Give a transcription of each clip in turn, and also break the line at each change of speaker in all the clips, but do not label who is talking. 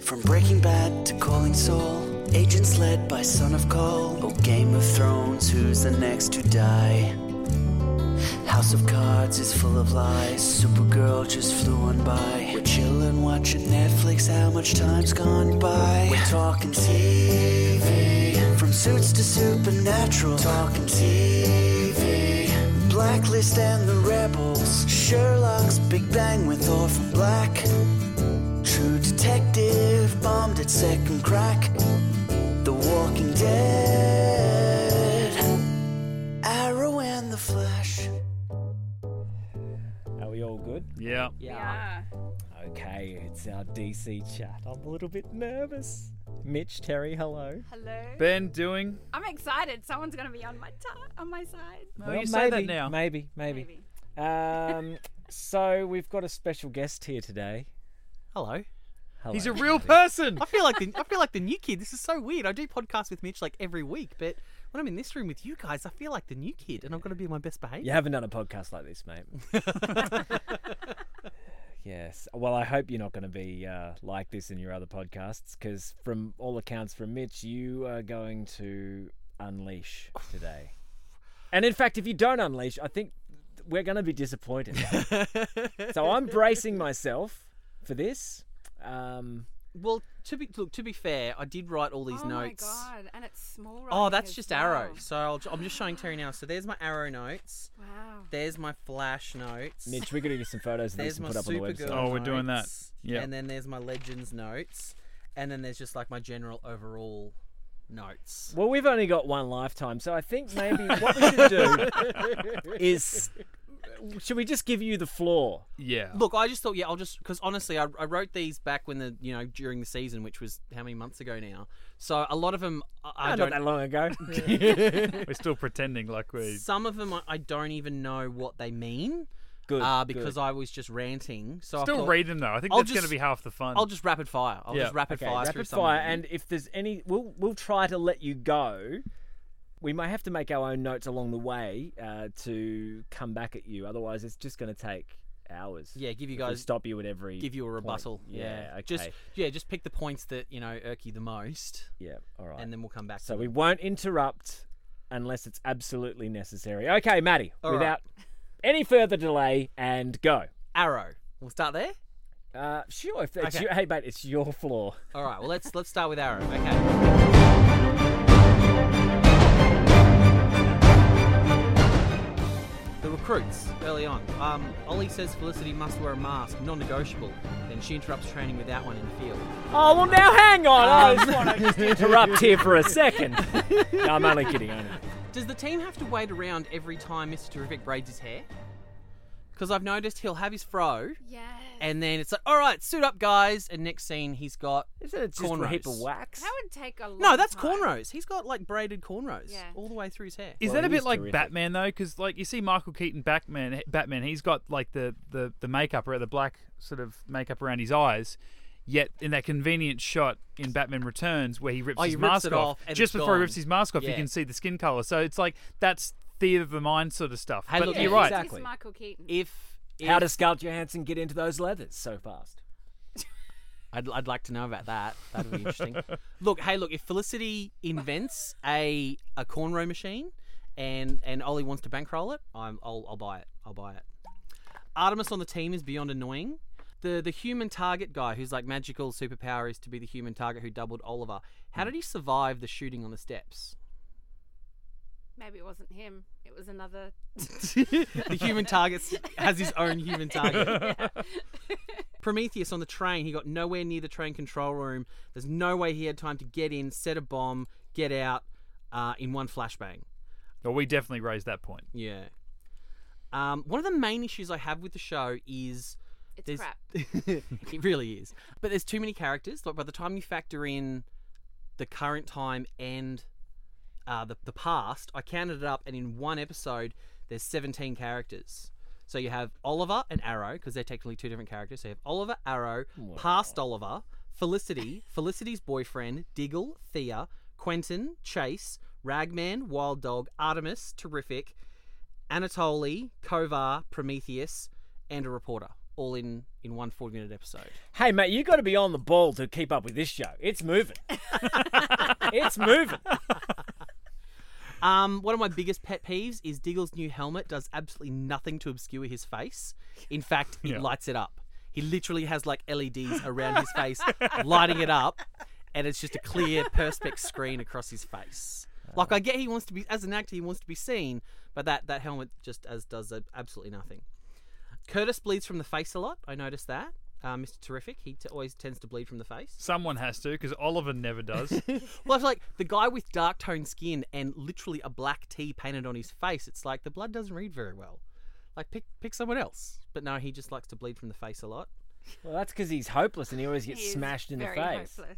From Breaking Bad to Calling Soul, agents led by Son of Cole. Oh, Game of Thrones, who's the next to die? House of Cards is full of lies. Supergirl just flew on by. We're chillin', watching Netflix. How much time's gone by? We're talking TV. From suits to supernatural. Talking TV. Blacklist and the Rebels. Sherlock's Big Bang with Orphan Black. True Detective bombed at second crack. The Walking Dead. Arrow and the Flash.
Are we all good?
Yeah.
Yeah.
Okay, it's our DC chat. I'm a little bit nervous. Mitch, Terry, hello.
Hello.
Ben doing?
I'm excited. Someone's gonna be on my ta- on my side.
No,
Well,
you say that
maybe,
now.
Maybe, maybe.
Maybe.
Um, so we've got a special guest here today.
Hello.
Hello.
He's a real person.
I feel like the I feel like the new kid. This is so weird. I do podcasts with Mitch like every week, but when I'm in this room with you guys, I feel like the new kid, and I'm gonna be my best behavior.
You haven't done a podcast like this, mate. yes. Well, I hope you're not going to be uh, like this in your other podcasts, because from all accounts from Mitch, you are going to unleash today. and in fact, if you don't unleash, I think we're going to be disappointed. so I'm bracing myself for this. Um,
Well, to be look to be fair, I did write all these
oh
notes.
my god! And it's small.
Oh,
writing
that's
as
just
well.
arrow. So I'll, ju- I'm just showing Terry now. So there's my arrow notes.
Wow.
There's my flash notes.
Mitch, we're going to do some photos of
there's
this and
my
put up on the website.
Supergirl.
Oh, we're doing that.
notes,
Yeah.
And then there's my Legends notes, and then there's just like my general overall notes.
Well, we've only got one lifetime, so I think maybe what we should do is should we just give you the floor?
Yeah.
Look, I just thought, yeah, I'll just because honestly, I, I wrote these back when the you know during the season, which was how many months ago now. So a lot of them, I, I
Oh,
don't.
not that long ago.
We're still pretending like we.
Some of them, I, I don't even know what they mean,
good.
uh, because I was just ranting. So I
Still
thought,
read them though. I think
I'll
that's going to
just-
be half the fun.
I'll just rapid fire. I'll
Yeah.
just rapid
okay,
fire through
rapid
some of
fire,
them.
and if there's any, we'll we'll try to let you go. We may have to make our own notes along the way uh, to come back at you. Otherwise, it's just going to take hours.
yeah, give you
We'll
guys
stop you at every.
give you a
point.
rebuttal.
Yeah. okay.
just yeah, just pick the points that you know irk you the most,
yeah. All right.
and then we'll come back.
so
to
we won't interrupt unless it's absolutely necessary. Okay, Maddie.
All right.
without any further delay, and go.
arrow. We'll start there.
Uh, sure. If it's
Okay.
your, hey, mate, it's your floor.
All right. Well, let's let's start with arrow. Okay. The recruits early on. Um, Ollie says Felicity must wear a mask, non-negotiable. Then she interrupts training without one in the field.
Oh well, now hang on. I just want to just interrupt here for a second. No, I'm only kidding. I know.
Does the team have to wait around every time Mr. Terrific braids his hair? Because I've noticed he'll have his fro,
Yes.
and then it's like, all right, suit up, guys. And next scene, he's got
Isn't it just a heap of
Cornrows.
wax?
that would take a. Long
no, that's
time.
cornrows. He's got like braided cornrows
Yeah.
all the way through his hair.
Is
Well,
that a
he is
bit like
terrific.
Batman though? Because like you see Michael Keaton Batman, Batman, he's got like the the the makeup or the black sort of makeup around his eyes. Yet in that convenient shot in Batman Returns where he rips
Oh, he
his
rips
mask
it
off,
off and
just
it's
before he
gone.
rips his mask off, you
Yeah.
can see the skin color. So it's like that's theater of the mind sort of stuff.
Hey,
but
look,
Yeah,
you're
it's
right.
just
Exactly.
Michael Keaton.
If, if
How does Scarlett Johansson get into those leathers so fast?
I'd, I'd like to know about that. That'd be interesting. look, hey, look. If Felicity invents a a cornrow machine, and and Ollie wants to bankroll it, I'm, I'll I'll buy it. I'll buy it. Artemis on the team is beyond annoying. The the human target guy, who's like magical superpower, is to be the human target who doubled Oliver. How did he survive the shooting on the steps?
Maybe it wasn't him. It was another.
the human target has his own human target. Prometheus on the train, he got nowhere near the train control room. There's no way he had time to get in, set a bomb, get out uh, in one flashbang.
Well, we definitely raised that point.
Yeah. Um, one of the main issues I have with the show is
It's
there's-
crap.
it really is. But there's too many characters. Like by the time you factor in the current time and uh, the the past, I counted it up, and in one episode, there's 17 characters. So you have Oliver and Arrow because they're technically two different characters. So you have Oliver, Arrow, past Oliver, Felicity, Felicity's boyfriend, Diggle, Thea, Quentin, Chase, Ragman, Wild Dog, Artemis, Terrific, Anatoly, Kovar, Prometheus, and a reporter. all in in one 40 minute episode.
Hey, mate, you got to be on the ball to keep up with this show. It's moving. it's moving.
Um, one of my biggest pet peeves is Diggle's new helmet does absolutely nothing to obscure his face. In fact, it
Yeah.
lights it up. He literally has like LEDs around his face, lighting it up, and it's just a clear perspex screen across his face. Like I get he wants to be as an actor, he wants to be seen, but that that helmet just as does uh, absolutely nothing. Curtis bleeds from the face a lot. I noticed that. Uh, Mr. Terrific, he t- always tends to bleed from the face.
Someone has to because Oliver never does.
Well, it's like the guy with dark toned skin and literally a black T painted on his face. It's like the blood doesn't read very well. Like pick pick someone else. But no, he just likes to bleed from the face a lot.
Well, that's because he's hopeless and he always gets
He is
smashed in the
very
face.
hopeless.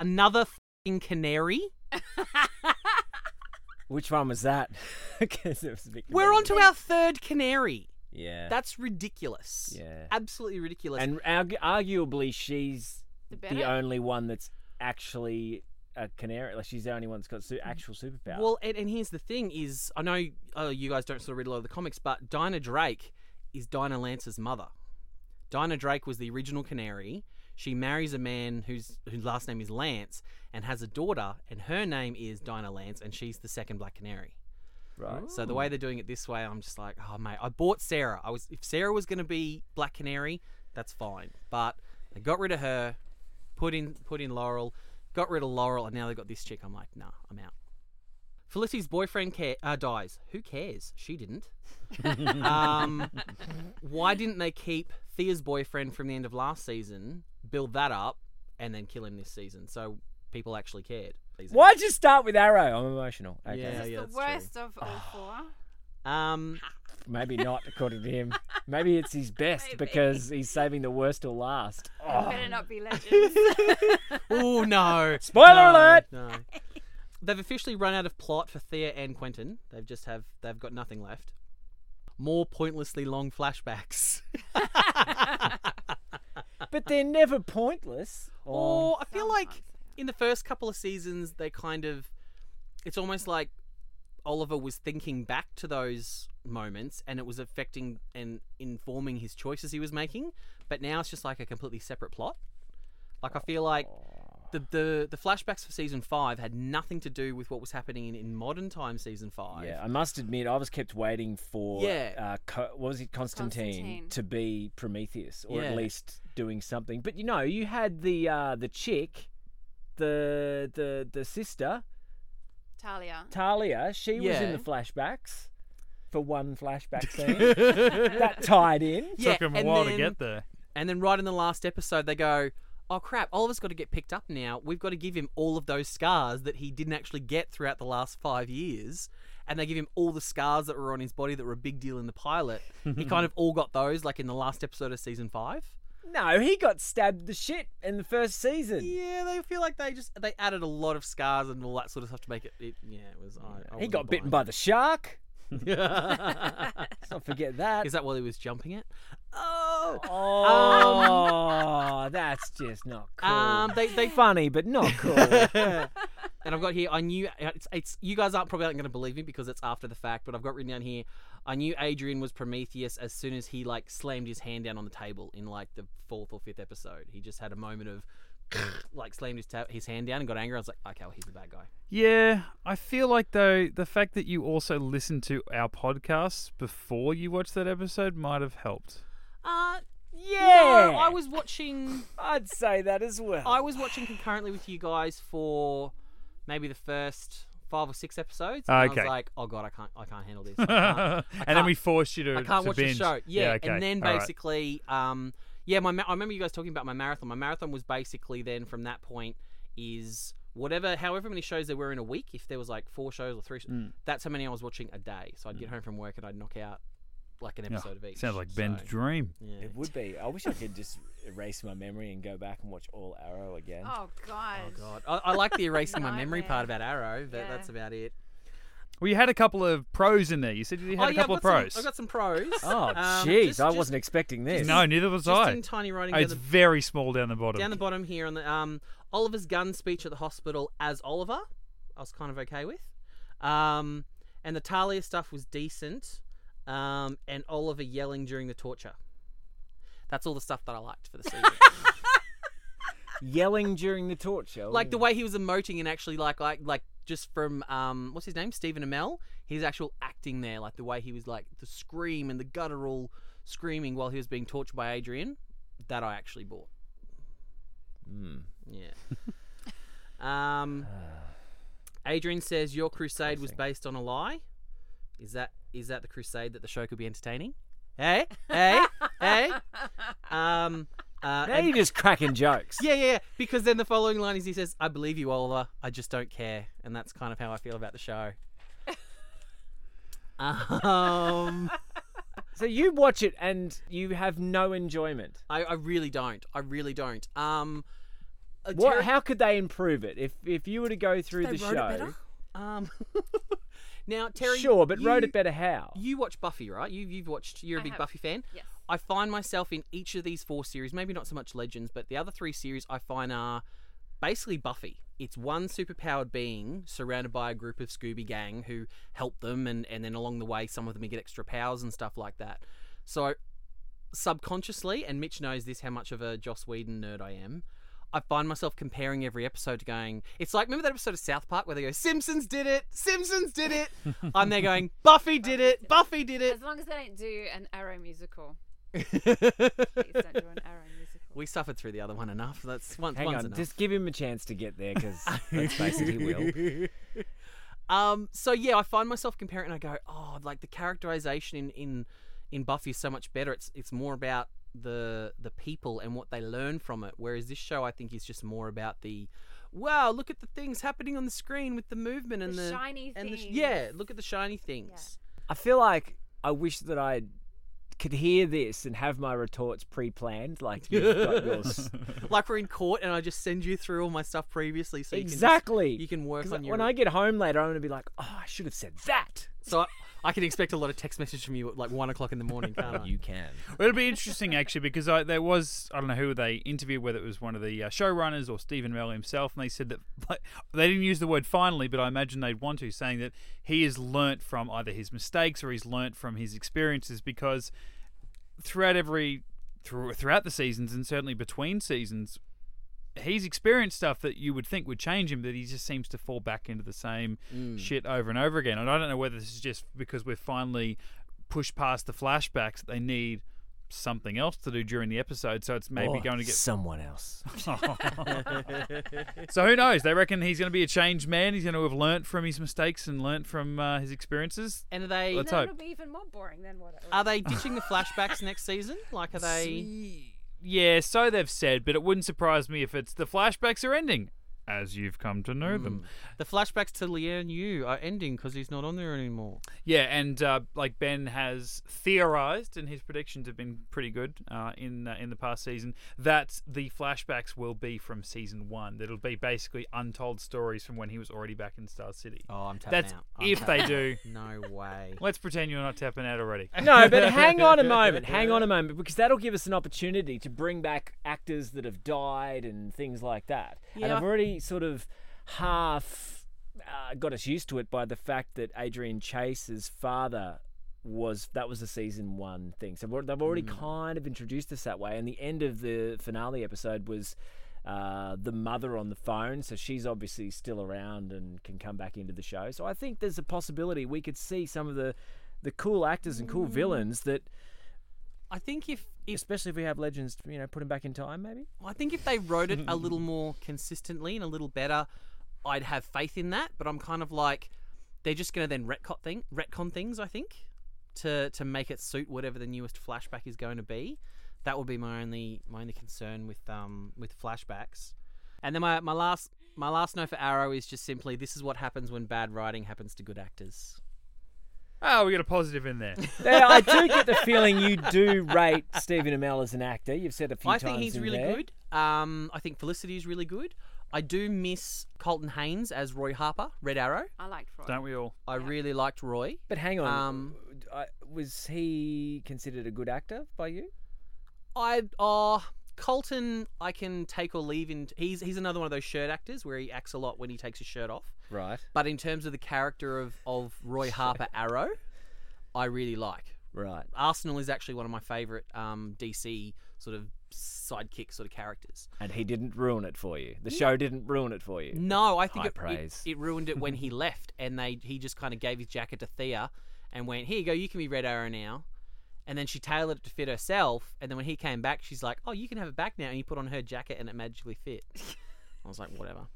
Another fing canary.
Which one was that? 'Cause it was a bit
We're on
confusing.
to our third canary.
Yeah.
That's ridiculous.
Yeah.
Absolutely ridiculous.
and argu- arguably, she's
The
the
better.
only one that's actually a canary. Like she's the only one that's got
Mm.
su- actual superpower.
well, and, and here's the thing is I know uh, you guys don't sort of read a lot of the comics, but Dinah Drake is Dinah Lance's mother. Dinah Drake was the original canary. She marries a man whose whose last name is Lance and has a daughter, and her name is Dinah Lance, and she's the second Black Canary.
right.
So the way they're doing it this way, I'm just like, oh mate, I bought Sarah. I was if Sarah was going to be Black Canary, that's fine. But they got rid of her, put in put in Laurel, got rid of Laurel, and now they got this chick. I'm like, nah, I'm out. Felicity's boyfriend care, uh, dies. Who cares? She didn't. um, why didn't they keep Thea's boyfriend from the end of last season, build that up, and then kill him this season? So people actually cared.
Why'd you start with Arrow? I'm emotional. Okay.
Yeah,
This is
yeah,
the
that's true. Ah.
worst of all four.
Um,
Maybe not, according to him. Maybe it's his best
Maybe.
because he's saving the worst till last.
Ah.
Better not be legends.
oh no.
Spoiler
No,
alert!
No. They've officially run out of plot for Thea and Quentin. They've just have they've got nothing left. More pointlessly long flashbacks.
But they're never pointless. Or
Or I feel like in the first couple of seasons they kind of it's almost like Oliver was thinking back to those moments and it was affecting and informing his choices he was making, but now it's just like a completely separate plot. Like I feel like the, the the flashbacks for season five had nothing to do with what was happening in, in modern time season five.
Yeah, I must admit, I was kept waiting for
Yeah.
uh, Co- what was it, Constantine,
Constantine.
to be Prometheus, or
Yeah.
at least doing something. But you know, you had the uh, the chick, the the the sister
Talia.
Talia. She was in
Yeah.
the flashbacks for one flashback scene that tied in.
Yeah,
Took him a
and
while to
then-
get there.
And then right in the last episode, they go, "Oh crap! Oliver's got to get picked up now. We've got to give him all of those scars that he didn't actually get throughout the last five years." And they give him all the scars that were on his body that were a big deal in the pilot. he kind of all got those, like in the last episode of season five.
No, he got stabbed the shit in the first season.
Yeah, they feel like they just they added a lot of scars and all that sort of stuff to make it. it yeah, it was. I, I
he got bitten by the shark.
by.
Let's not forget that.
Is that while he was jumping it? Oh.
Oh, that's just not cool.
Um, they, they
funny, but not cool.
And I've got here, I knew uh, it's, it's you guys aren't probably aren't going to believe me because it's after the fact, but I've got written down here, I knew Adrian was Prometheus as soon as he like slammed his hand down on the table in like the fourth or fifth episode. He just had a moment of like slammed his ta- his hand down and got angry. I was like, okay, well, he's the bad guy.
Yeah, I feel like though the fact that you also listened to our podcasts before you watched that episode might have helped.
Uh,
yeah,
I was watching,
I'd say that as well.
I was watching concurrently with you guys for maybe the first five or six episodes. And I
Okay.
was like, oh god, I can't, I can't handle this. I can't,
and then
can't-
we forced you to,
I can't
to
watch
binge.
the show. Yeah,
okay.
and then
all right.
basically, um, yeah, my ma- I remember you guys talking about my marathon. My marathon was basically then from that point is whatever, however many shows there were in a week. If there was like four shows or three, sh-
Mm.
that's how many I was watching a day. So I'd get home from work and I'd knock out like an
Yeah,
episode of each.
Sounds like
So,
Ben's dream.
yeah.
It would be. I wish I could just erase my memory and go back and watch all Arrow again.
Oh God.
Oh god, I, I like the erasing my memory
Nightmare.
part about Arrow, but
Yeah.
that's about it.
Well, you had a couple of pros in there. You said you had
oh
a
yeah, I've
couple
got
of pros.
Some, I've got some pros.
Oh,
Um,
jeez,
just-
I
just-
wasn't expecting this.
no, neither was
Just
I.
in tiny writing.
Oh,
down
it's
the-
very small down the bottom.
Down the bottom here on the um, Oliver's gun speech at the hospital as Oliver, I was kind of okay with. Um, and the Talia stuff was decent. Um, and Oliver yelling during the torture. That's all the stuff that I liked for the season.
Yelling during the talk show.
like the way he was emoting and actually like like like just from um what's his name Stephen Amell his actual acting there like the way he was like the scream and the guttural screaming while he was being tortured by Adrian that I actually bought
Mm.
yeah um Adrian says your crusade was based on a lie is that is that the crusade that the show could be entertaining hey hey hey um uh,
Now
and-
you're just cracking jokes.
yeah, yeah, yeah. Because then the following line is he says, I believe you, Oliver. I just don't care. And that's kind of how I feel about the show. um,
So you watch it and you have no enjoyment.
I, I really don't. I really don't. Um, a
What?
terri-
How could they improve it? If if you were to go through the
They wrote it
show,
better?
um, now, Terry.
sure, but wrote
you-
it better how?
You watch Buffy, right? You, you've watched. You're a
I
big
have.
Buffy fan.
Yes.
I find myself in each of these four series, maybe not so much Legends, but the other three series I find are basically Buffy. It's one superpowered being surrounded by a group of Scooby Gang who help them, and, and then along the way, some of them get extra powers and stuff like that. So, subconsciously, and Mitch knows this how much of a Joss Whedon nerd I am. I find myself comparing every episode to going, it's like, remember that episode of South Park where they go, Simpsons did it, Simpsons did it. I'm there going, Buffy did it, Buffy did it.
As long as they don't do an arrow musical. Please don't do
we
an arrow musical.
suffered through the other one enough. That's once.
Hang
one's
on,
enough.
just give him a chance to get there because let's face it, he will.
Um. So yeah, I find myself comparing. and I go, oh, like the characterization in in in Buffy is so much better. It's it's more about the the people and what they learn from it. Whereas this show, I think, is just more about the wow, look at the things happening on the screen with the movement and the,
The shiny
and the,
things.
yeah, look at the shiny things.
I feel like I wish that I could hear this and have my retorts pre-planned, like you've got yours.
Like we're in court, and I just send you through all my stuff previously, so you can just-
exactly.
you can work
'Cause
on your
When I get home later, I'm gonna be like, oh, I should have said that.
So I, I can expect a lot of text messages from you at like one o'clock in the morning, can't I?
can.
Well, it'll be interesting actually because I, there was I don't know who they interviewed whether it was one of the uh, showrunners or Stephen Mel himself, and they said that like, they didn't use the word finally, but I imagine they'd want to, saying that he has learnt from either his mistakes or he's learnt from his experiences because throughout every through, throughout the seasons and certainly between seasons. He's experienced stuff that you would think would change him, but he just seems to fall back into the same shit over and over again. And I don't know whether this is just because we're finally pushed past the flashbacks that they need something else to do during the episode, so it's
Oh,
maybe going to get.
someone else.
So who knows? They reckon he's going to be a changed man. He's going to have learnt from his mistakes and learnt from uh, his experiences.
And are they
Let's
Then
hope.
it'll be even more boring than what it was.
are they ditching the flashbacks next season? Like, are they?
Yeah, so they've said, but it wouldn't surprise me if it's the flashbacks are ending, as you've come to know them.
The flashbacks to Leanne Yu are ending because he's not on there anymore.
Yeah, and uh, like Ben has theorized, and his predictions have been pretty good uh, in uh, in the past season. That the flashbacks will be from season one. That'll be basically untold stories from when he was already back in Star City.
Oh, I'm tapping
That's
out. I'm
if they
tapping
do.
out. No way.
Let's pretend you're not tapping out already.
No, but hang on a moment. Hang on a moment because that'll give us an opportunity to bring back actors that have died and things like that. And
Yeah.
I've already sort of half uh, got us used to it by the fact that Adrian Chase's father was that was the season one thing. So we're- they've already kind of introduced us that way. And the end of the finale episode was. Uh, the mother on the phone, so she's obviously still around and can come back into the show. So I think there's a possibility we could see some of the the cool actors and cool villains that
I think if if
especially if we have legends, you know, put them back in time, maybe.
I think if they wrote it a little more consistently and a little better, I'd have faith in that. But I'm kind of like, they're just going to then retcon thing, retcon things. I think to to make it suit whatever the newest flashback is going to be. That would be my only my only concern with um with flashbacks. And then my, my last my last note for Arrow is just simply this is what happens when bad writing happens to good actors.
Oh, we got a positive in there.
I do get the feeling you do rate Stephen Amell as an actor. You've said a few
I
times.
think he's
in
really
there.
good. Um, I think Felicity is really good. I do miss Colton Haynes as Roy Harper, Red Arrow.
I liked Roy.
Don't we all?
I really liked Roy.
But hang on,
Um,
I, was he considered a good actor by you?
I uh Colton, I can take or leave. In he's he's another one of those shirt actors where he acts a lot when he takes his shirt off.
Right,
But in terms of the character of of Roy Harper Arrow, I really like.
right.
Arsenal is actually one of my favourite um, DC sort of sidekick sort of characters.
And he didn't ruin it for you. The show didn't ruin it for you.
No, I think
High
it, it,
praise.
it ruined it when he left, and they he just kind of gave his jacket to Thea and went, "Here you go, you can be Red Arrow now." And then she tailored it to fit herself, and then when he came back, she's like, "Oh, you can have it back now," and he put on her jacket, and it magically fit. I was like, whatever.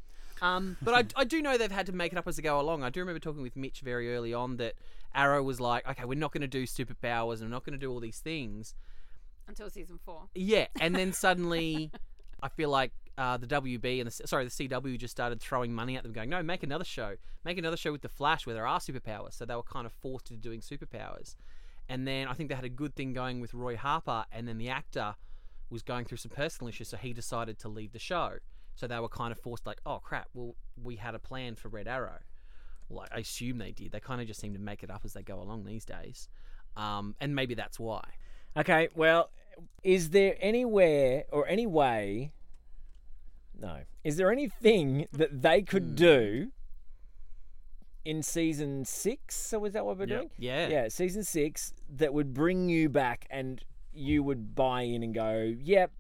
Um, but I, I do know they've had to make it up as they go along. I do remember talking with Mitch very early on that Arrow was like, okay, we're not going to do superpowers and we're not going to do all these things.
until season four.
Yeah, and then suddenly, I feel like uh, the WB and the sorry the CW just started throwing money at them, going, "No, make another show, make another show with the Flash where there are superpowers." So they were kind of forced into doing superpowers. And then I think they had a good thing going with Roy Harper, and then the actor was going through some personal issues, so he decided to leave the show. So they were kind of forced, like, "Oh crap, well we had a plan for Red Arrow." Well, I assume they did. They kind of just seem to make it up as they go along these days, um, and maybe that's why.
Okay, well, is there anywhere or any way? No. Is there anything that they
Hmm.
could do in season six? So is that what we're
Yeah.
doing?
Yeah.
Yeah, season six that would bring you back and you would buy in and go, yep.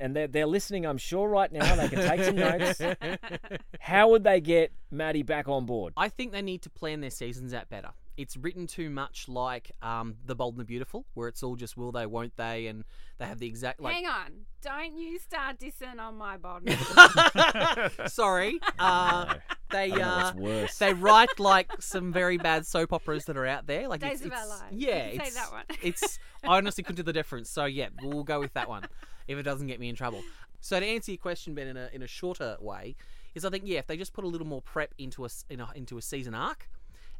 And they're, they're listening, I'm sure, right now. They can take some notes. How would they get Maddie back on board?
I think they need to plan their seasons out better. It's written too much like um, The Bold and the Beautiful, where it's all just will they, won't they, and they have the exact like.
Hang on, don't you start dissing on my body.
Sorry, uh, they
don't know
uh,
what's worse.
they write like some very bad soap operas that are out there. Like it's,
Days of Our
it's-
Lives. You
Yeah,
can say
it's,
that one.
it's I honestly couldn't do the difference. So yeah, we'll go with that one if it doesn't get me in trouble. So to answer your question, Ben, in a in a shorter way, is I think yeah, if they just put a little more prep into a s- in a, into a season arc.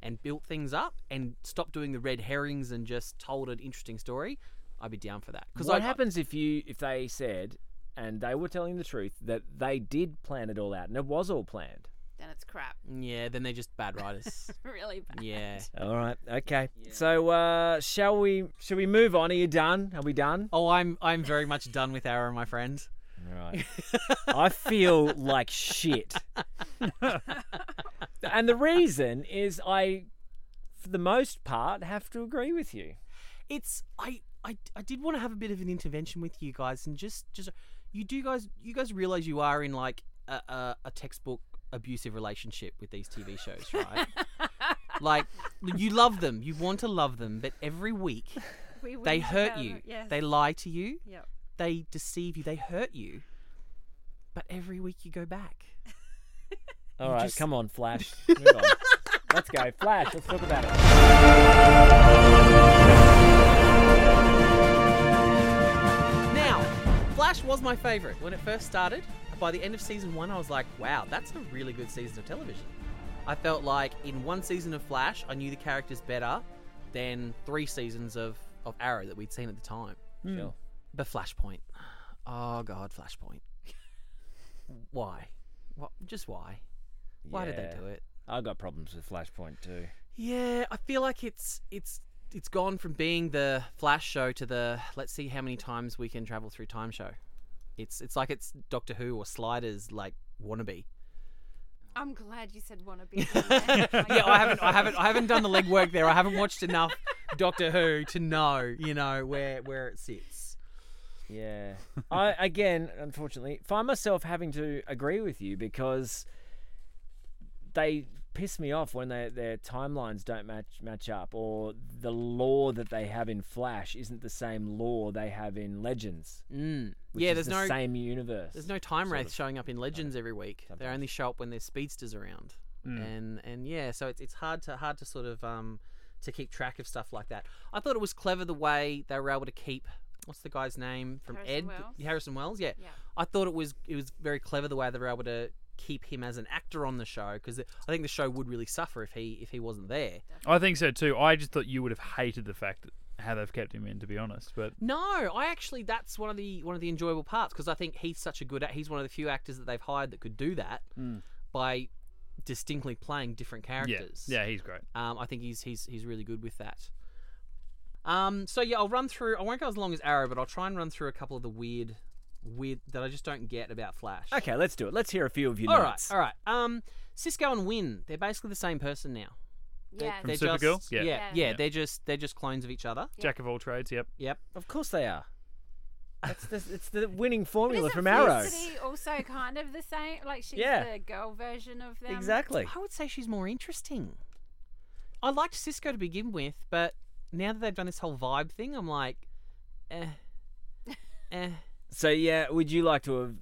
And built things up, and stopped doing the red herrings, and just told an interesting story. I'd be down for that.
Because
I
what happens if you if they said and they were telling the truth that they did plan it all out and it was all planned?
then it's crap.
Yeah, then they're just bad writers.
Really bad.
yeah.
All right, okay. So uh, shall we? Shall we move on? Are you done? Are we done?
Oh, I'm I'm very much done with Arrow, my friend.
All right. I feel like shit, and the reason is I, for the most part, have to agree with you.
it's I, I I did want to have a bit of an intervention with you guys and just just you do guys you guys realize you are in like a, a, a textbook abusive relationship with these TV shows, right? like you love them, you want to love them, but every week
We
they
wouldn't
hurt
allow
you.
that. Yes.
They lie to you.
Yep.
They deceive you. They hurt you. But every week you go back.
All right,
just-
come on, Flash. Move on. Let's go, Flash. Let's talk about it.
Now, Flash was my favorite when it first started. By the end of season one, I was like, wow, that's a really good season of television. I felt like in one season of Flash, I knew the characters better than three seasons of, of Arrow that we'd seen at the time.
Sure.
But Flashpoint. Oh, God, Flashpoint. Why? What, just why? Why did
Yeah.
they do it?
I've got problems with Flashpoint too.
Yeah, I feel like it's it's it's gone from being the Flash show to the let's see how many times we can travel through time show. It's it's like it's Doctor Who or Sliders like wannabe.
I'm glad you said wannabe. yeah,
Yeah, I haven't I haven't I haven't done the legwork there. I haven't watched enough Doctor Who to know, you know, where where it sits.
Yeah. I again, unfortunately, find myself having to agree with you because they piss me off when they, their timelines don't match match up or the law that they have in Flash isn't the same law they have in Legends.
Mm.
Which
Yeah,
is
there's
the
no
same universe.
there's no time
sort
wraith
of.
showing up in Legends every week. They
sometimes. Hmm.
only show up when there's speedsters around. And and yeah, so it's it's hard to hard to sort of um to keep track of stuff like that. I thought it was clever the way they were able to keep what's the guy's name from
Harrison
Ed
Wells?
Harrison Wells, yeah.
Yeah.
I thought it was it was very clever the way they were able to keep him as an actor on the show because I think the show would really suffer if he if he wasn't there.
I think so too. I just thought you would have hated the fact that how they've kept him in, to be honest. But
No, I actually that's one of the one of the enjoyable parts because I think he's such a good act. He's one of the few actors that they've hired that could do that by distinctly playing different
Hmm. yeah,
characters.
yeah, he's great.
Um, I think he's he's he's really good with that. Um, so yeah, I'll run through. I won't go as long as Arrow, but I'll try and run through a couple of the weird, weird that I just don't get about Flash.
Okay, let's do it. Let's hear a few of your
All right.
notes.
All right. Um, Cisco and Win, they're basically the same person now.
Yeah.
From
they're
Supergirl?
Just,
Yeah.
Yeah,
Yeah.
They're just they're just clones of each other.
Jack of all trades. Yep.
Yep.
Of course they are. That's the, it's the winning
But
formula
isn't
from Arrow.
Felicity also kind of the same? Like she's
Yeah.
the girl version of them.
Exactly.
I would say she's more interesting. I liked Cisco to begin with, but now that they've done this whole vibe thing, I'm like, eh, eh.
So yeah, would you like to have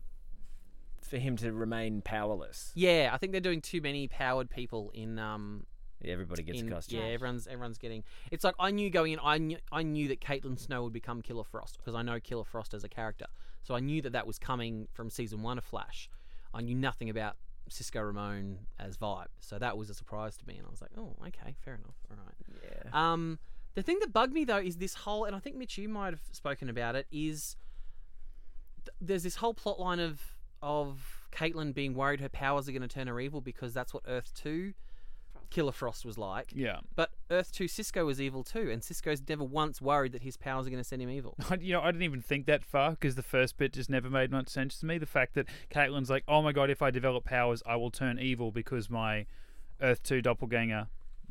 for him to remain powerless?
Yeah, I think they're doing too many powered people in um
Yeah, everybody gets
in-
a costume.
Yeah, everyone's everyone's getting. It's like I knew going in. I knew I knew that Caitlin Snow would become Killer Frost because I know Killer Frost as a character. So I knew that that was coming from season one of Flash. I knew nothing about Cisco Ramon as Vibe, so that was a surprise to me, and I was like, oh, okay, fair enough, all right.
Yeah.
Um, the thing that bugged me though is this whole, and I think Mitch, you might have spoken about it, is th- there's this whole plot line of of Caitlyn being worried her powers are going to turn her evil because that's what Earth Two Killer Frost was like.
Yeah.
But Earth 2 Cisco was evil too, and Cisco's never once worried that his powers are going to send him evil.
I, you know, I didn't even think that far because the first bit just never made much sense to me. The fact that Caitlyn's like, "Oh my god, if I develop powers, I will turn evil because my Earth Two doppelganger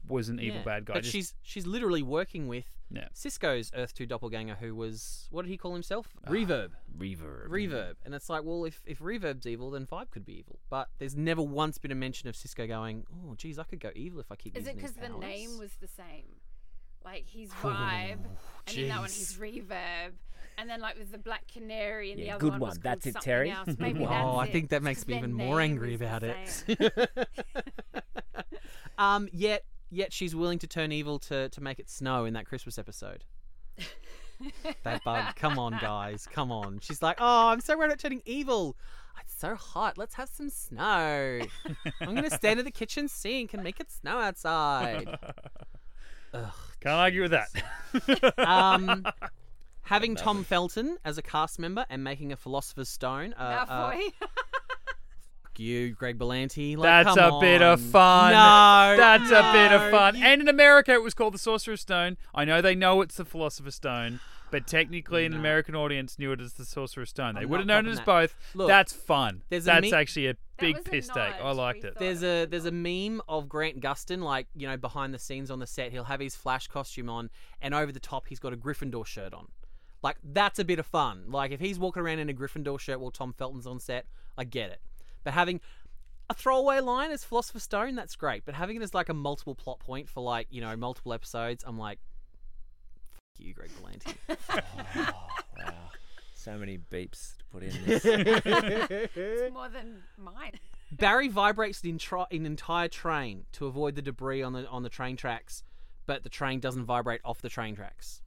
was an evil
Yeah.
bad guy."
But
Just-
she's she's literally working with
Yeah.
Cisco's Earth 2 doppelganger, who was, what did he call himself?
Ah,
Reverb.
Reverb.
Reverb. And it's like, well, if, if Reverb's evil, then Vibe could be evil. But there's never once been a mention of Cisco going, oh, geez, I could go evil if I keep
Is it
using his
because the name
powers."
was the same? Like he's vibe, and in that one he's reverb, and then like with the black canary and the
Yeah,
other
good
one. was
one. That's
called
it,
something
Terry.
Else.
Good
Maybe
one.
that's
Oh, I
it,
think that makes
'cause
me
their
even
name
more angry
is the
about it.
same.
um, yet, yet she's willing to turn evil to, to make it snow in that Christmas episode. that bug. Come on, guys. Come on. She's like, oh, I'm so worried about turning evil. It's so hot. Let's have some snow. I'm going to stand at the kitchen sink and make it snow outside.
Can't argue with that.
Um, having Tom Felton as a cast member and making a Philosopher's Stone. Uh, uh,
Malfoy.
fuck you, Greg Berlanti. Like,
That's a
come
bit of
on.
fun.
No.
That's a bit of
no.
fun. And in America, it was called the Sorcerer's Stone. I know they know it's the Philosopher's Stone, but technically, an American audience knew it as the Sorcerer's Stone. They
I'm
would have
not
known it
copping
as
that.
both.
Look,
That's fun.
there's a
That's
me-
actually a big
was a
piece take. I
nod,
liked
we
it.
thought.
There's a there's a meme of Grant Gustin, like you know, behind the scenes on the set, he'll have his Flash costume on, and over the top, he's got a Gryffindor shirt on. Like that's a bit of fun. Like if he's walking around in a Gryffindor shirt while Tom Felton's on set, I get it. But having a throwaway line as Philosopher's Stone, that's great. But having it as like a multiple plot point for like you know multiple episodes, I'm like, fuck you, Greg Berlanti.
Ah, So many beeps to put in this.
it's more than mine.
Barry vibrates an, entri- an entire train to avoid the debris on the on the train tracks, but the train doesn't vibrate off the train tracks.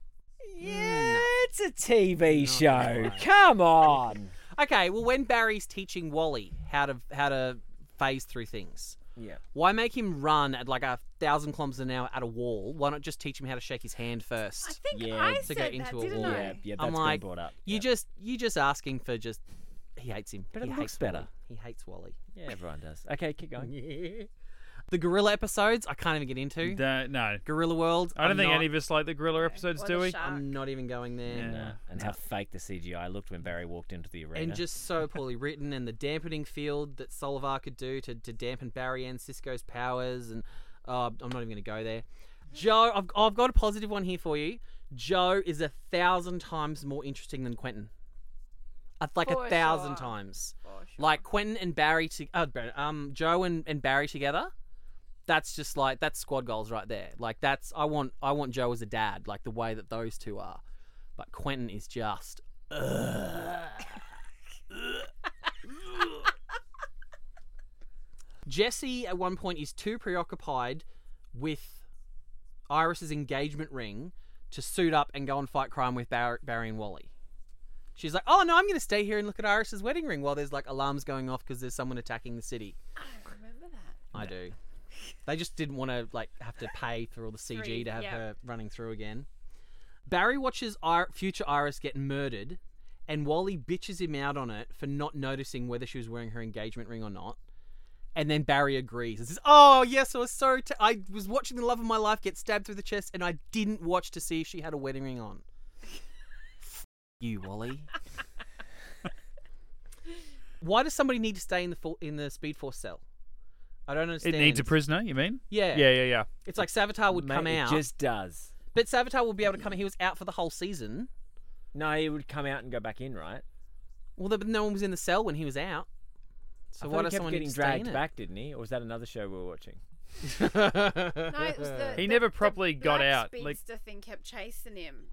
yeah, it's a TV show. Come on.
Okay, well, when Barry's teaching Wally how to how to phase through things,
Yeah.
why make him run at like a thousand kilometers an hour at a wall? Why not just teach him how to shake his hand
I
first?
think
Yeah,
I
to
go
said that,
into a
didn't
wall.
I?
Yeah, yeah, that's
I'm
been
like,
brought up.
You
yeah.
just you just asking for just he hates him.
But it
he
looks
hates
better.
Wally. He hates Wally.
Yeah, everyone does. Okay, keep going.
The gorilla episodes, I can't even get into.
Da- no.
Gorilla World.
I don't
I'm
think
not-
any of us like the Gorilla episodes,
Or
do
the
we?
shark.
Mm.
I'm not even going there.
Yeah.
And how fake the CGI looked when Barry walked into the arena.
and just so poorly written, and the dampening field that Solvar could do to, to dampen Barry and Cisco's powers, and uh, I'm not even going to go there. Joe, I've, I've got a positive one here for you. Joe is a thousand times more interesting than Quentin. Uh, Like
For
a thousand
sure.
times.
For sure.
Like Quentin and Barry, to, uh, Barry- um, Joe and, and Barry together. That's just like that's squad goals right there. Like that's I want I want Joe as a dad, like the way that those two are. But Quentin is just Jesse at one point is too preoccupied with Iris's engagement ring to suit up and go and fight crime with Bar- Barry and Wally. She's like, "Oh no, I'm going to stay here and look at Iris's wedding ring while there's like alarms going off because there's someone attacking the city."
I remember that.
I do. They just didn't want to like have to pay for all the CG
Three,
to have
yeah.
her running through again. Barry watches Ir- future Iris get murdered, and Wally bitches him out on it for not noticing whether she was wearing her engagement ring or not. And then Barry agrees and says, "Oh yes, I was so t- I was watching the love of my life get stabbed through the chest, and I didn't watch to see if she had a wedding ring on." F- you Wally. Why does somebody need to stay in the fo- in the Speed Force cell? I don't
It
understand.
needs a prisoner, you mean?
Yeah.
Yeah, yeah, yeah.
It's like Savitar would
Mate,
come
it
out,
just does.
but Savitar will be able to come. He was out for the whole season,
No, he would come out and go back in, right?
Well, but no one was in the cell when he was out. So
I
why
thought he
does
kept
someone need
getting
to stay in
dragged
it?
back, didn't he? Or was that another show we were watching?
No, it was the,
He
the-
never
the
properly got
black
out, like-
Speedster thing kept chasing him.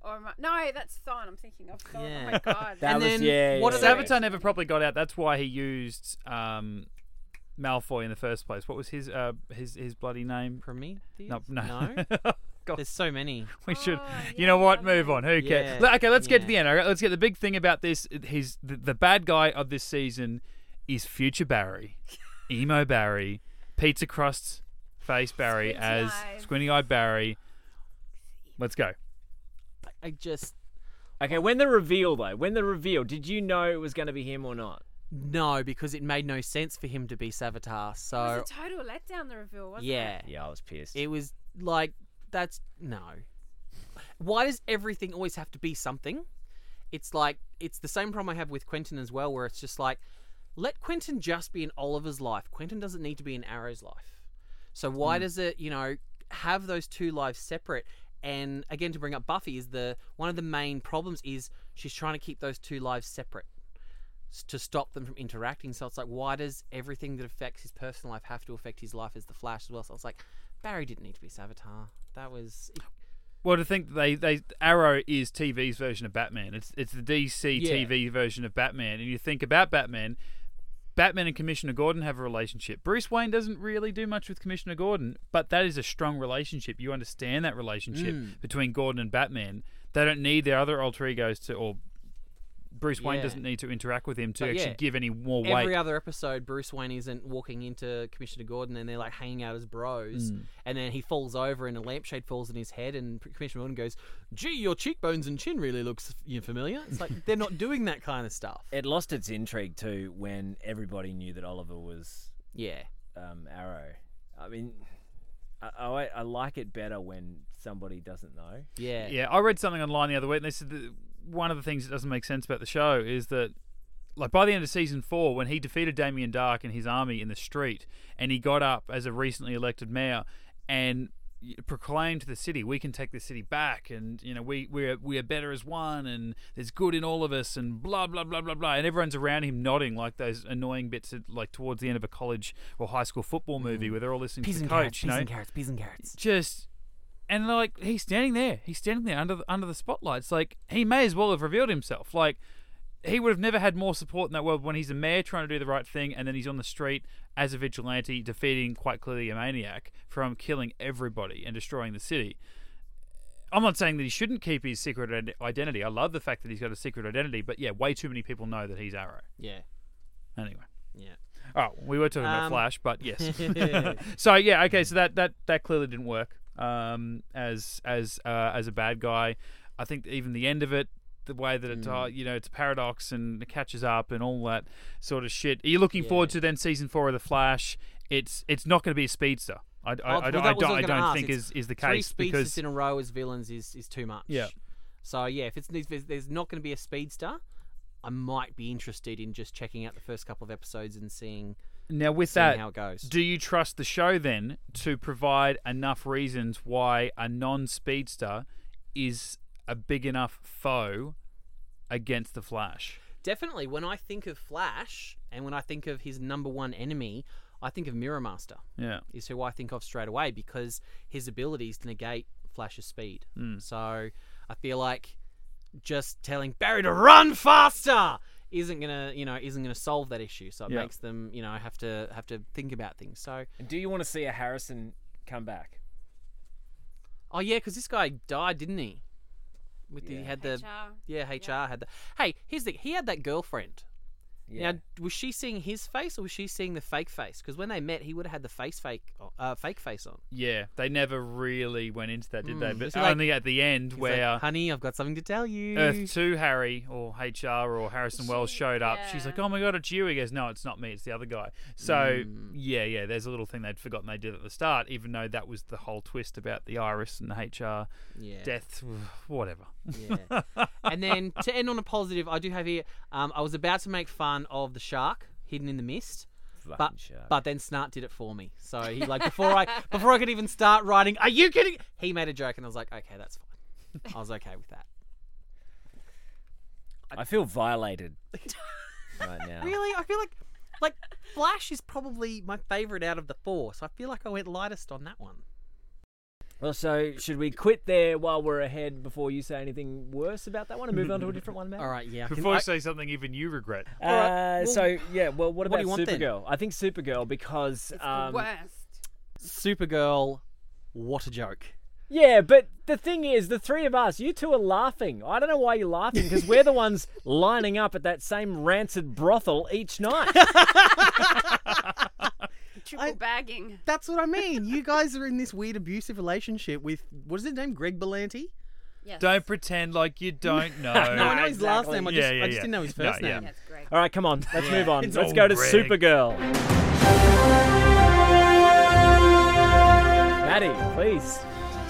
Or am I- no, that's Thon. I'm thinking of Thon.
Yeah.
Oh my god.
That
And
was
then
yeah.
what
yeah,
are
yeah.
they-
Saboteur never properly got out. That's why he used um, Malfoy in the first place. What was his uh, his his bloody name?
Prometheus?
No, no.
No?
God,
There's so many.
we should.
Oh,
you know
yeah,
what?
lovely.
Move on. Who cares?
Yeah,
Le- Okay, let's get to
yeah.
the end. All right, let's get the big thing about this. His the, the bad guy of this season is future Barry, emo Barry, pizza crust face Barry
Squinty
as
eyes.
squinty eyed Barry. Let's go.
I just
Okay, when the reveal though, when the reveal, did you know it was going to be him or not?
no because it made no sense for him to be Savitar.
It
So
was a total letdown. The reveal wasn't
yeah,
Yeah, I was pissed.
it was like that's no. Why does everything always have to be something? It's like it's the same problem I have with Quentin as well, where it's just like let Quentin just be in Oliver's life. Quentin doesn't need to be in Arrow's life. So
Hmm.
why does it, you know, have those two lives separate? And again, to bring up Buffy is the one of the main problems is she's trying to keep those two lives separate s- to stop them from interacting. So it's like, why does everything that affects his personal life have to affect his life as the Flash as well? So it's like, Barry didn't need to be Savitar. That was
Well, to think they, they Arrow is TV's version of Batman. It's it's the DC
Yeah.
TV version of Batman. And you think about Batman, Batman and Commissioner Gordon have a relationship. Bruce Wayne doesn't really do much with Commissioner Gordon, but that is a strong relationship. You understand that relationship
Hmm.
between Gordon and Batman. They don't need their other alter egos to, or Bruce Wayne
Yeah.
doesn't need to interact with him to
But
actually
yeah,
give any more weight.
every other episode. Bruce Wayne isn't walking into Commissioner Gordon, and they're like hanging out as bros.
Mm.
And then he falls over, and a lampshade falls on his head, and P- Commissioner Gordon goes, "Gee, your cheekbones and chin really looks you know, familiar." It's like they're not doing that kind of stuff.
It lost its intrigue too when everybody knew that Oliver was
Yeah,
um, Arrow. I mean, I, I, I like it better when somebody doesn't know.
yeah,
Yeah, I read something online the other week, and they said that one of the things that doesn't make sense about the show is that, like, by the end of season four, when he defeated Damien Dark and his army in the street, and he got up as a recently elected mayor and proclaimed to the city, "We can take the city back," and you know, we we're we are better as one, and there's good in all of us, and blah blah blah blah blah, and everyone's around him nodding like those annoying bits, at, like towards the end of a college or high school football movie where they're all listening
Mm. Peas
to the
and
coach,
carrots,
you
peas
know
and carrots, peas and carrots.
just and like he's standing there he's standing there under the, under the spotlights like he may as well have revealed himself like he would have never had more support in that world when he's a mayor trying to do the right thing and then he's on the street as a vigilante defeating quite clearly a maniac from killing everybody and destroying the city I'm not saying that he shouldn't keep his secret ident- identity. I love the fact that he's got a secret identity, but yeah, way too many people know that he's Arrow.
Yeah,
Anyway.
yeah.
Oh, we were talking about
Um,
Flash, but yes. so yeah, okay. So that that that clearly didn't work. Um, as as uh, as a bad guy, I think even the end of it, the way that it,
Mm.
uh, you know, it's a paradox and it catches up and all that sort of shit. Are you looking forward to then season four of the Flash? It's it's not going to be a speedster. I, I,
Oh,
I,
well,
don't-
that
I
was what
don't,
I
I
was gonna
don't
ask.
think
It's
is is the
Three
case
speedsters
because
in a row as villains is is too much.
Yeah.
So yeah, if it's if there's not going to be a speedster, I might be interested in just checking out the first couple of episodes and seeing
now with
seeing
that
how it goes.
Do you trust the show then to provide enough reasons why a non speedster is a big enough foe against the Flash?
Definitely, when I think of Flash and when I think of his number one enemy, I think of Mirror Master
Yeah.
is who I think of straight away because his abilities negate Flash's speed.
Hmm.
So I feel like just telling Barry to run faster isn't gonna, you know, isn't gonna solve that issue. So it
Yeah.
makes them, you know, have to have to think about things. So
And do you want to see a Harrison come back?
oh yeah, because this guy died, didn't he? With the, he
Yeah.
had
it?
the
HR.
yeah HR had the hey here's the he had that girlfriend.
Yeah.
Now, was she seeing his face or was she seeing the fake face? Because when they met, he would have had the face fake, uh, fake face on.
Yeah. They never really went into that, did they?
Mm.
But
It's like-
only at the end
He's
where
like, honey, I've got something to tell you.
Earth 2 Harry or HR or Harrison Wells showed up, she's
yeah.
like, oh my God, it's you. He goes, no, it's not me, it's the other guy. So,
Mm.
yeah, yeah, there's a little thing they'd forgotten they did at the start, even though that was the whole twist about the iris and the HR
yeah,
death, whatever.
yeah. and then to end on a positive, I do have here. Um, I was about to make fun of the shark hidden in the mist. But,
Fucking shark.
but then Snart did it for me. So he like before I before I could even start writing, are you kidding? He made a joke and I was like, okay, that's fine. I was okay with that.
I feel violated right now.
Really, I feel like like Flash is probably my favorite out of the four, so I feel like I went lightest on that one.
Well, so should we quit there while we're ahead before you say anything worse about that one and move on to a different one, Matt?
All right, yeah. I can-
Before I
I-
say something even you regret.
Uh,
All right, well,
so yeah, well, what
what
about
do you want then?
Supergirl? I think Supergirl because um,
Worst.
Supergirl, what a joke.
yeah, but the thing is, the three of us, you two are laughing. I don't know why you're laughing because we're the ones lining up at that same rancid brothel each night.
Triple bagging.
That's what I mean. You guys are in this weird abusive relationship with what is his name, Greg Berlanti?
Yes.
Don't pretend like you don't know.
No, I know his last
exactly.
name. I
Yeah,
just,
yeah,
I just
yeah.
didn't know his
No,
first
yeah.
name.
Yes, great.
All right, come on, let's move on.
It's
Let's
all
go to
rigged.
Supergirl. Maddie, please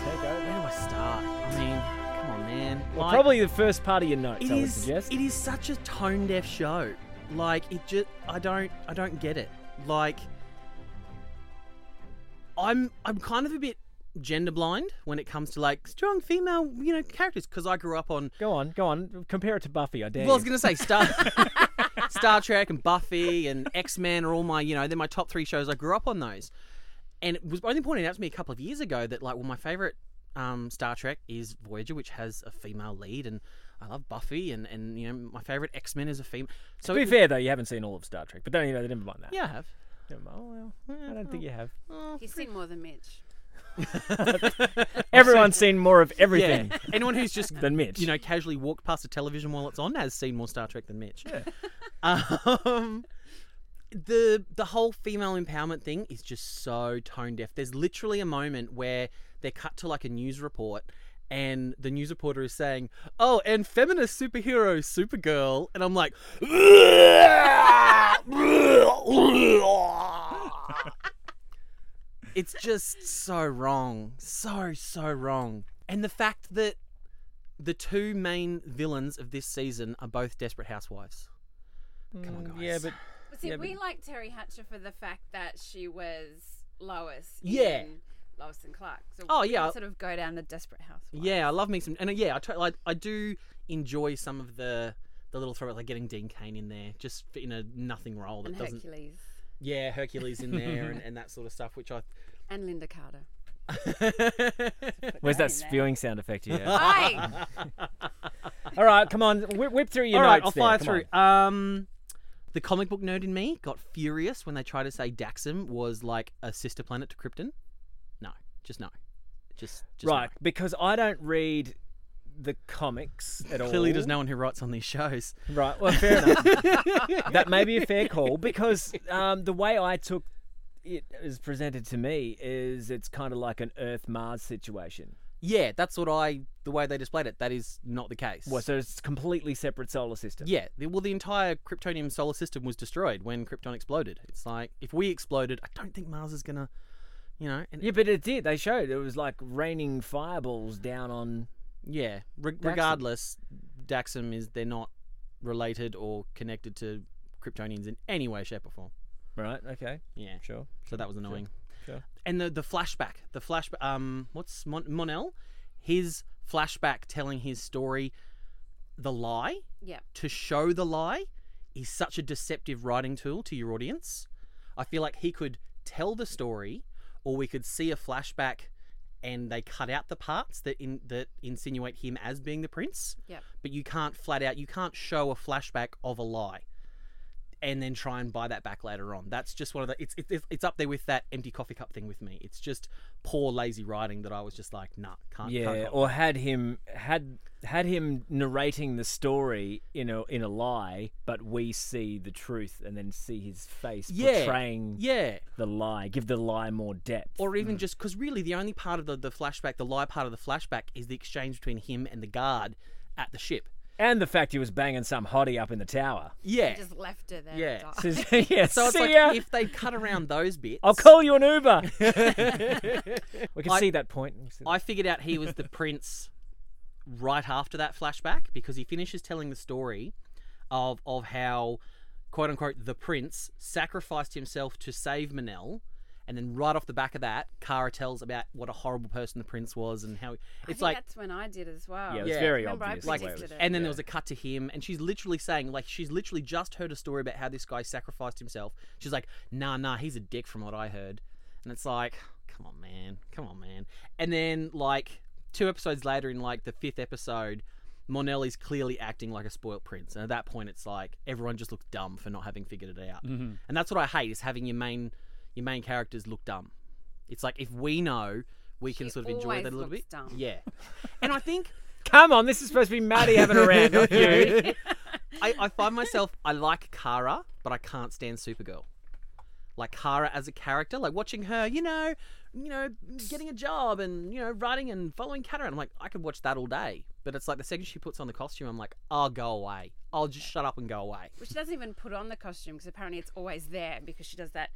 take over.
Where do I start? I mean, come on, man.
Well,
Like,
probably the first part of your notes,
it
I would
is.
suggest.
It is such a tone deaf show. Like it just, I don't, I don't get it. Like, I'm, I'm kind of a bit gender blind when it comes to like strong female, you know, characters because I grew up on
Go on, go on. Compare it to Buffy, I dare
Well, I was
you.
gonna say Star Star Trek and Buffy and X Men are all my you know they're my top three shows. I grew up on those, and it was only pointed out to me a couple of years ago that like well my favorite um, Star Trek is Voyager, which has a female lead, and I love Buffy, and and you know my favorite X Men is a female. So
To be
it-
fair, though, you haven't seen all of Star Trek, but don't you know? Never mind that.
yeah, I have.
Never mind. Oh, well, I don't think you have.
uh,
He's seen more than Mitch.
Everyone's seen more of
Yeah,
everything
anyone who's just
than Mitch.
you know casually walked past the television while it's on has seen more Star Trek than Mitch. Um, the the whole female empowerment thing is just so tone deaf. There's literally a moment where they're cut to like a news report. And the news reporter is saying, "Oh, and feminist superhero Supergirl," and I'm like, it's just so wrong, so so wrong. And the fact that the two main villains of this season are both desperate housewives. Come on, guys.
yeah, but
See,
Yeah, but-
we like Terry Hatcher for the fact that she was Lois.
Yeah.
in Lois and Clark. So
Oh,
we
yeah.
can Sort of go down the desperate house.
Yeah, I love me some, and uh, yeah, I, to, I I do enjoy some of the the little throwback, like getting Dean Kane in there, just for- in a nothing role that
And
doesn't.
Hercules.
Yeah, Hercules in there and, and that sort of stuff, which I.
And Linda Carter.
where's that
in there.
spewing sound effect you have?
Aye.
all right, come on, whip, whip through your
All right,
notes. there,
I'll fire
come
through.
on.
Um, the comic book nerd in me got furious when they tried to say Daxam was like a sister planet to Krypton. No, just no, just, just no.
Right, because I don't read the comics at all.
Clearly, there's no one who writes on these shows.
Right. Well, fair enough. that may be a fair call because um, the way I took it is presented to me is it's kind of like an Earth Mars situation.
Yeah, that's what I. The way they displayed it, that is not the case.
Well, so it's completely separate solar system.
Yeah, the, well, the entire Kryptonium solar system was destroyed when Krypton exploded. It's like if we exploded, I don't think Mars is gonna, you know, and
Yeah, but it did. They showed it was like raining fireballs down on.
yeah. Re- regardless, Daxam is they're not related or connected to Kryptonians in any way, shape, or form.
Right. Okay.
Yeah,
Sure.
so that was annoying.
sure.
And the the flashback, the flash, um, what's Mon- Monel? His flashback telling his story, the lie
yeah.
to show the lie is such a deceptive writing tool to your audience. I feel like he could tell the story, or we could see a flashback, and they cut out the parts that in, that insinuate him as being the prince.
Yep.
But you can't flat out you can't show a flashback of a lie, and then try and buy that back later on. That's just one of the it's it's it's up there with that empty coffee cup thing with me. It's just poor lazy writing that I was just like, nah, can't. can't
Yeah.
cop.
Or had him had had him narrating the story in a in a lie, but we see the truth and then see his face
yeah,
portraying
yeah.
the lie, give the lie more depth.
or even just because really the only part of the, the flashback the lie part of the flashback is the exchange between him and the guard at the ship
and the fact he was banging some hottie up in the tower.
yeah
Just left her there. to
Yeah.
die.
So, yeah,
so it's
see
like
ya.
if they cut around those bits
I'll call you an Uber. we can
I-
see that point.
i figured out he was the prince right after that flashback because he finishes telling the story of of how quote unquote the prince sacrificed himself to save manel And then right off the back of that, Kara tells about what a horrible person the prince was and how
I
it's
think
like
that's when I did as well.
Yeah, it was
Yeah.
very
Remember, I
obvious.
like
the way it
predicted
was-
it.
and then
yeah.
there was a cut to him and she's literally saying like she's literally just heard a story about how this guy sacrificed himself she's like nah nah he's a dick from what i heard and it's like come on man come on man and then like two episodes later in like the fifth episode Monelli's clearly acting like a spoilt prince, and at that point, it's like everyone just looks dumb for not having figured it out. Mm-hmm. And that's what I hate is having your main your main characters look dumb. It's like if we know, we can
She
sort of enjoy
always
that a little
looks
bit.
dumb.
Yeah, and I think
Come on, this is supposed to be Maddie having a rant, not you.
I, I find myself I like Kara, but I can't stand Supergirl. Like Kara as a character, like watching her, you know, you know, getting a job and you know, writing and following Kat around. I'm like, I could watch that all day. But it's like the second she puts on the costume, I'm like, I'll go away. I'll just shut up and go away.
Well, she doesn't even put on the costume because apparently it's always there because she does that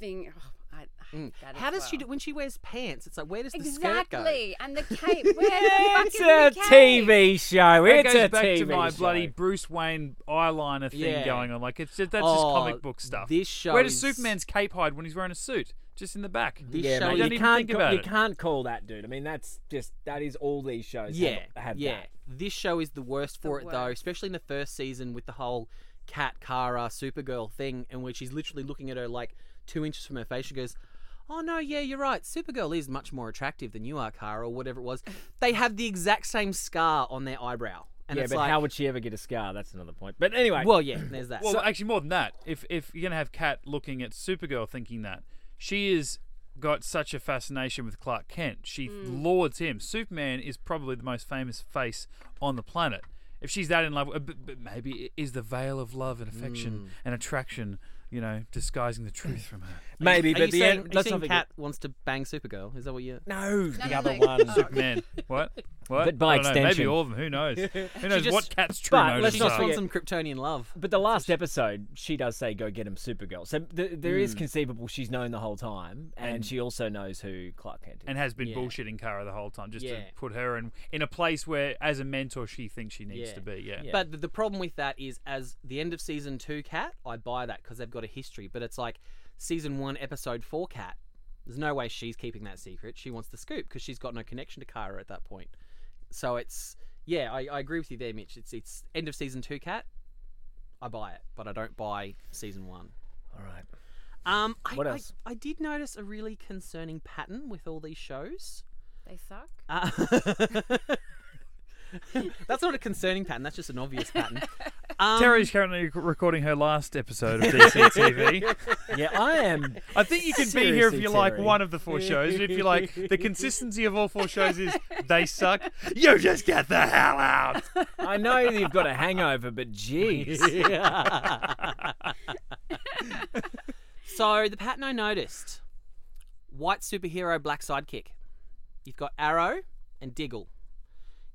thing. Oh, I, I hate that
Mm. How
as
does she do
well.
when she wears pants? It's like, where does the skirt go?
Exactly, and the cape. Where the fuck
It's
is
a
the cape?
TV show.
It
It's
goes
a
back
TV
to my
show.
bloody Bruce Wayne eyeliner thing
Yeah.
going on. Like it's just, that's just
Oh,
comic book stuff.
this show
Where does
is-
Superman's cape hide when he's wearing a suit? Just in the back.
This
Yeah,
show
mate,
you don't
is
you
even
can't
think
ca-
about
you
it.
can't call that dude. I mean, that's just that is all these shows.
yeah,
have, have
yeah.
that.
This show is the worst for it though,
worst.
especially in the first season with the whole Cat Kara Supergirl thing, and where she's literally looking at her like two inches from her face. She goes, "Oh no, yeah, you're right. Supergirl is much more attractive than you are, Kara, or whatever it was." They have the exact same scar on their eyebrow, and
yeah,
it's
but
like,
how would she ever get a scar? That's another point. But anyway,
well, yeah, there's that.
Well, actually, more than that, if if you're gonna have Kat looking at Supergirl thinking that she is got such a fascination with Clark Kent, she
Hmm.
lords him. Superman is probably the most famous face on the planet. If she's that in love, uh, but, but maybe it is the veil of love and affection
Hmm.
and attraction, you know, disguising the truth from her.
maybe.
are
but
you
the
saying,
end,
are you
let's
saying
not
Kat
forget-
wants to bang Supergirl? Is that what you?
No, the
no,
other
no.
one.
Oh.
Man, what? What?
But by
I don't know,
extension.
maybe all of them. Who knows? Who knows
just-
what Kat's true
but let's
motives
She
not
just
are.
wants
forget-
some Kryptonian love.
But the last episode, she does say, "Go get him, Supergirl." So th- there
Hmm.
is conceivable she's known the whole time, and, she also knows who Clark Kent is.
and has been
Yeah.
bullshitting Kara the whole time, just to
Yeah.
put her in in a place where, as a mentor, she thinks she needs
Yeah.
to be. Yeah.
But the- the problem with that is, as the end of season two, cat, I buy that because they've got a history. But it's like season one, episode four, cat. There's no way she's keeping that secret. She wants the scoop because she's got no connection to Kara at that point. So it's yeah, I, I agree with you there, Mitch. It's it's end of season two, cat. I buy it, but I don't buy season one.
all right,
Um, I,
What
I-
else?
I, did notice a really concerning pattern with all these shows.
They suck.
Uh, that's not a concerning pattern. That's just an obvious pattern. Um,
Terry's currently rec- recording her last episode of DCTV.
yeah, I am.
I think you can be here if
Seriously,
you like
Terry.
one of the four shows. If you like, the consistency of all four shows is they suck. You just get the hell out.
I know you've got a hangover, but geez,
so the pattern I noticed: white superhero, black sidekick. You've got Arrow and Diggle.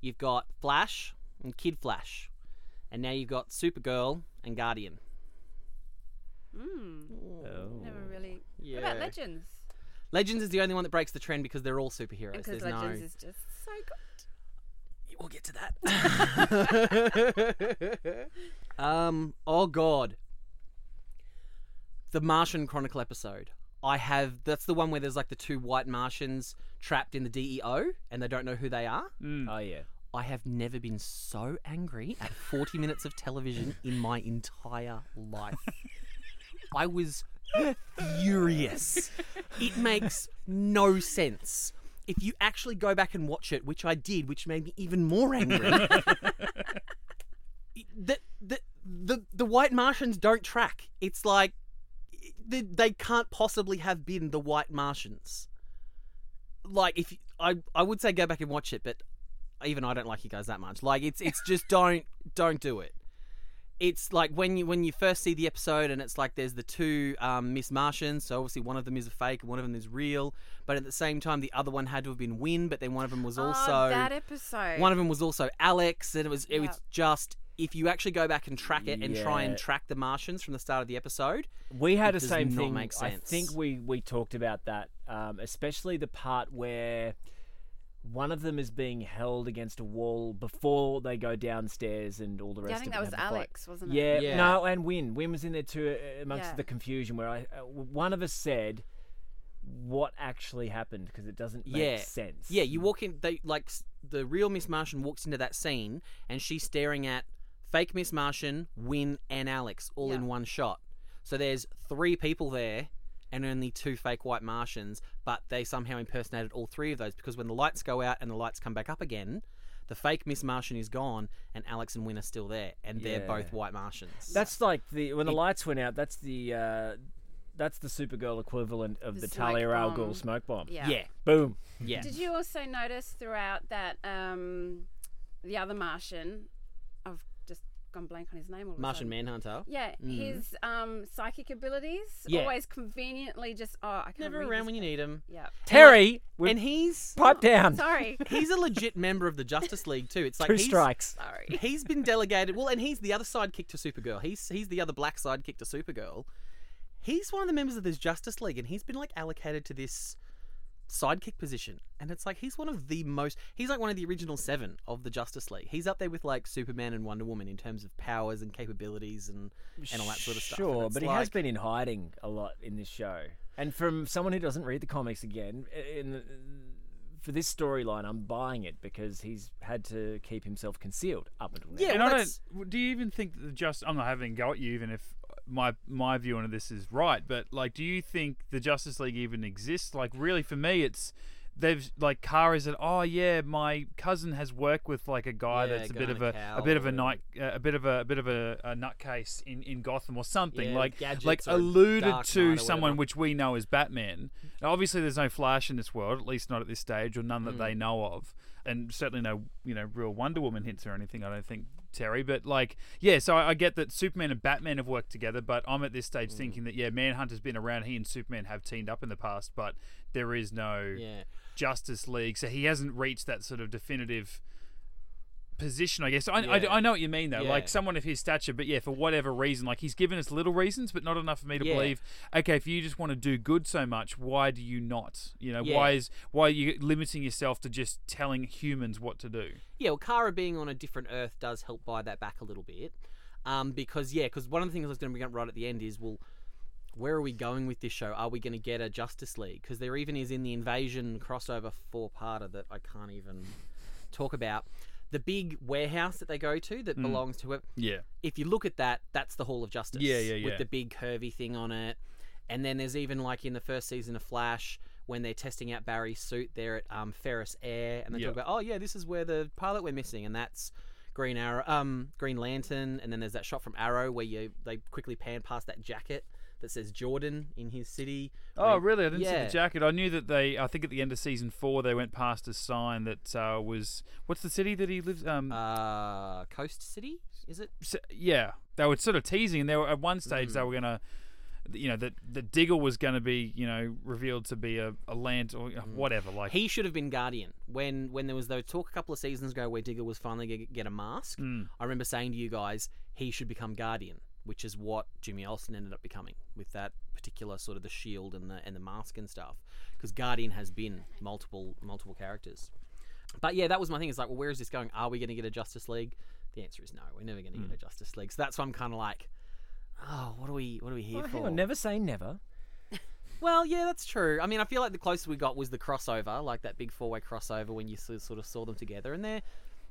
You've got Flash and Kid Flash, and now you've got Supergirl and Guardian.
Mm, Never really. What about Legends?
Legends is the only one that breaks the trend because they're all superheroes.
Because
There's
Legends
no.
is just so good.
We'll get to that. um. Oh God. The Martian Chronicle episode. I have. That's the one where there's like the two white Martians trapped in the DEO and they don't know who they are.
oh yeah.
I have never been so angry at 40 minutes of television in my entire life. I was furious. It makes no sense. If you actually go back and watch it, which I did, which made me even more angry, it- the, the, the, the white Martians don't track. It's like they, they can't possibly have been the white Martians. Like, if you- I, I would say go back and watch it, but even I don't like you guys that much. Like it's it's just don't don't do it. It's like when you when you first see the episode and it's like there's the two um, Miss Martians. So obviously one of them is a fake and one of them is real. But at the same time, the other one had to have been Win. But then one of them was also
oh, that episode.
one of them was also Alex, and it was it was
Yep.
just if you actually go back and track it and try and
Yeah.
track the Martians from the start of the episode,
We had the
It does
same
not
thing.
make
I think
sense.
we we talked about that, um, especially the part where one of them is being held against a wall before they go downstairs and all the rest.
yeah, I think
of them
that was
have the fight.
Alex, wasn't it?
Yeah,
Yeah.
no, and Win. Win was in there too uh, amongst
Yeah.
the confusion where I uh, w- one of us said what actually happened because it doesn't make
yeah.
sense.
Yeah, you walk in. They like s- the real Miss Martian walks into that scene, and she's staring at fake Miss Martian, Win, and Alex all in one shot. So there's three people there, and only two fake white Martians. But they somehow impersonated all three of those because when the lights go out and the lights come back up again. The fake Miss Martian is gone, and Alex and Win are still there, and they're
Yeah.
both white Martians.
That's like the when the lights went out. That's the uh, that's the Supergirl equivalent of
The
the,
smoke
Talia al
bomb.
Ghul smoke bomb.
Yeah.
yeah,
Boom.
yeah.
Did you also notice throughout that um, the other Martian? I've just gone blank on his name. All of a sudden.
Martian Manhunter.
Yeah, his um, psychic abilities
Yeah.
always conveniently just oh I can't
Never
read
around
this-
when you need him.
Yeah,
Terry, we
And he's
pipe down.
sorry,
he's a legit member of the Justice League too. It's like
Two
he's,
strikes.
sorry.
He's been delegated. Well, and he's the other sidekick to Supergirl. He's he's the other black sidekick to Supergirl. He's one of the members of this Justice League, and he's been like allocated to this sidekick position. And it's like he's one of the most. He's like one of the original seven of the Justice League. He's up there with like Superman and Wonder Woman in terms of powers and capabilities and and all that sort of stuff. And
Sure,
it's
but he has
like-
been in hiding a lot in this show. And from someone who doesn't read the comics again, in the, for this storyline, I'm buying it because he's had to keep himself concealed up until now.
Yeah,
and
well,
I
that's-
don't. w- Do you even think that the just? I'm not having a go at you, even if my my view on this is right. But like, do you think the Justice League even exists? Like, really, for me, it's they've like Kara said, oh yeah, my cousin has worked with like a guy
Yeah,
that's a
guy
bit
on
of
a
a, a
cowl
bit of
or
a night uh, a bit of a, a bit of a, a nutcase in, in Gotham or something
Yeah,
like
gadgets
like
or
alluded
Dark Knight
to
or
someone
whatever.
which we know as Batman. Now, obviously, there's no Flash in this world, at least not at this stage, or none that they know of, and certainly no you know real Wonder Woman hints or anything. I don't think Terry, but like yeah, so I, I get that Superman and Batman have worked together, but I'm at this stage thinking that yeah, Manhunter's been around. He and Superman have teamed up in the past, but there is no
Yeah.
Justice League, so he hasn't reached that sort of definitive position, I guess. I, I-
Yeah.
I, know what you mean, though.
Yeah.
Like someone of his stature, but yeah, for whatever reason, like he's given us little reasons, but not enough for me to
Yeah.
believe. Okay, if you just want to do good so much, why do you not? You know,
Yeah.
why is why are you limiting yourself to just telling humans what to do?
Yeah, well, Kara being on a different Earth does help buy that back a little bit. Um, because, yeah, because one of the things I was going to bring up right at the end is, well, where are we going with this show? Are we going to get a Justice League? Because there even is in the Invasion crossover four-parter that I can't even talk about. The big warehouse that they go to that belongs to it
Yeah,
if you look at that, that's the Hall of Justice.
Yeah, yeah,
With
yeah.
the big curvy thing on it. And then there's even like in the first season of Flash, when they're testing out Barry's suit, they're at um, Ferris Air, and they
Yeah.
talk about, oh yeah, this is where the pilot we're missing, and that's Green Arrow, um, Green Lantern, and then there's that shot from Arrow where you they quickly pan past that jacket that says Jordan in his city.
Oh,
Where-
really? I didn't see
Yeah.
the jacket. I knew that they. I think at the end of season four, they went past a sign that uh, was what's the city that he lives? Um,
Uh, Coast City, is it?
so, yeah, they were sort of teasing, and they were at one stage they were gonna, you know, that the Diggle was gonna be, you know, revealed to be a, a land or you know, whatever. Like,
He should have been Guardian. When when there was the talk a couple of seasons ago where Diggle was finally going to get a mask, I remember saying to you guys, he should become Guardian, which is what Jimmy Olsen ended up becoming with that particular sort of the shield and the and the mask and stuff. Because Guardian has been multiple multiple characters. But yeah, that was my thing. It's like, well, where is this going? Are we going to get a Justice League? The answer is no. We're never going to get a Justice League. So that's why I'm kind of like, oh, what are we what are we here
Oh,
for?
hang on, never say never.
Well, yeah, that's true. I mean, I feel like the closest we got was the crossover, like that big four-way crossover when you s- sort of saw them together, and there,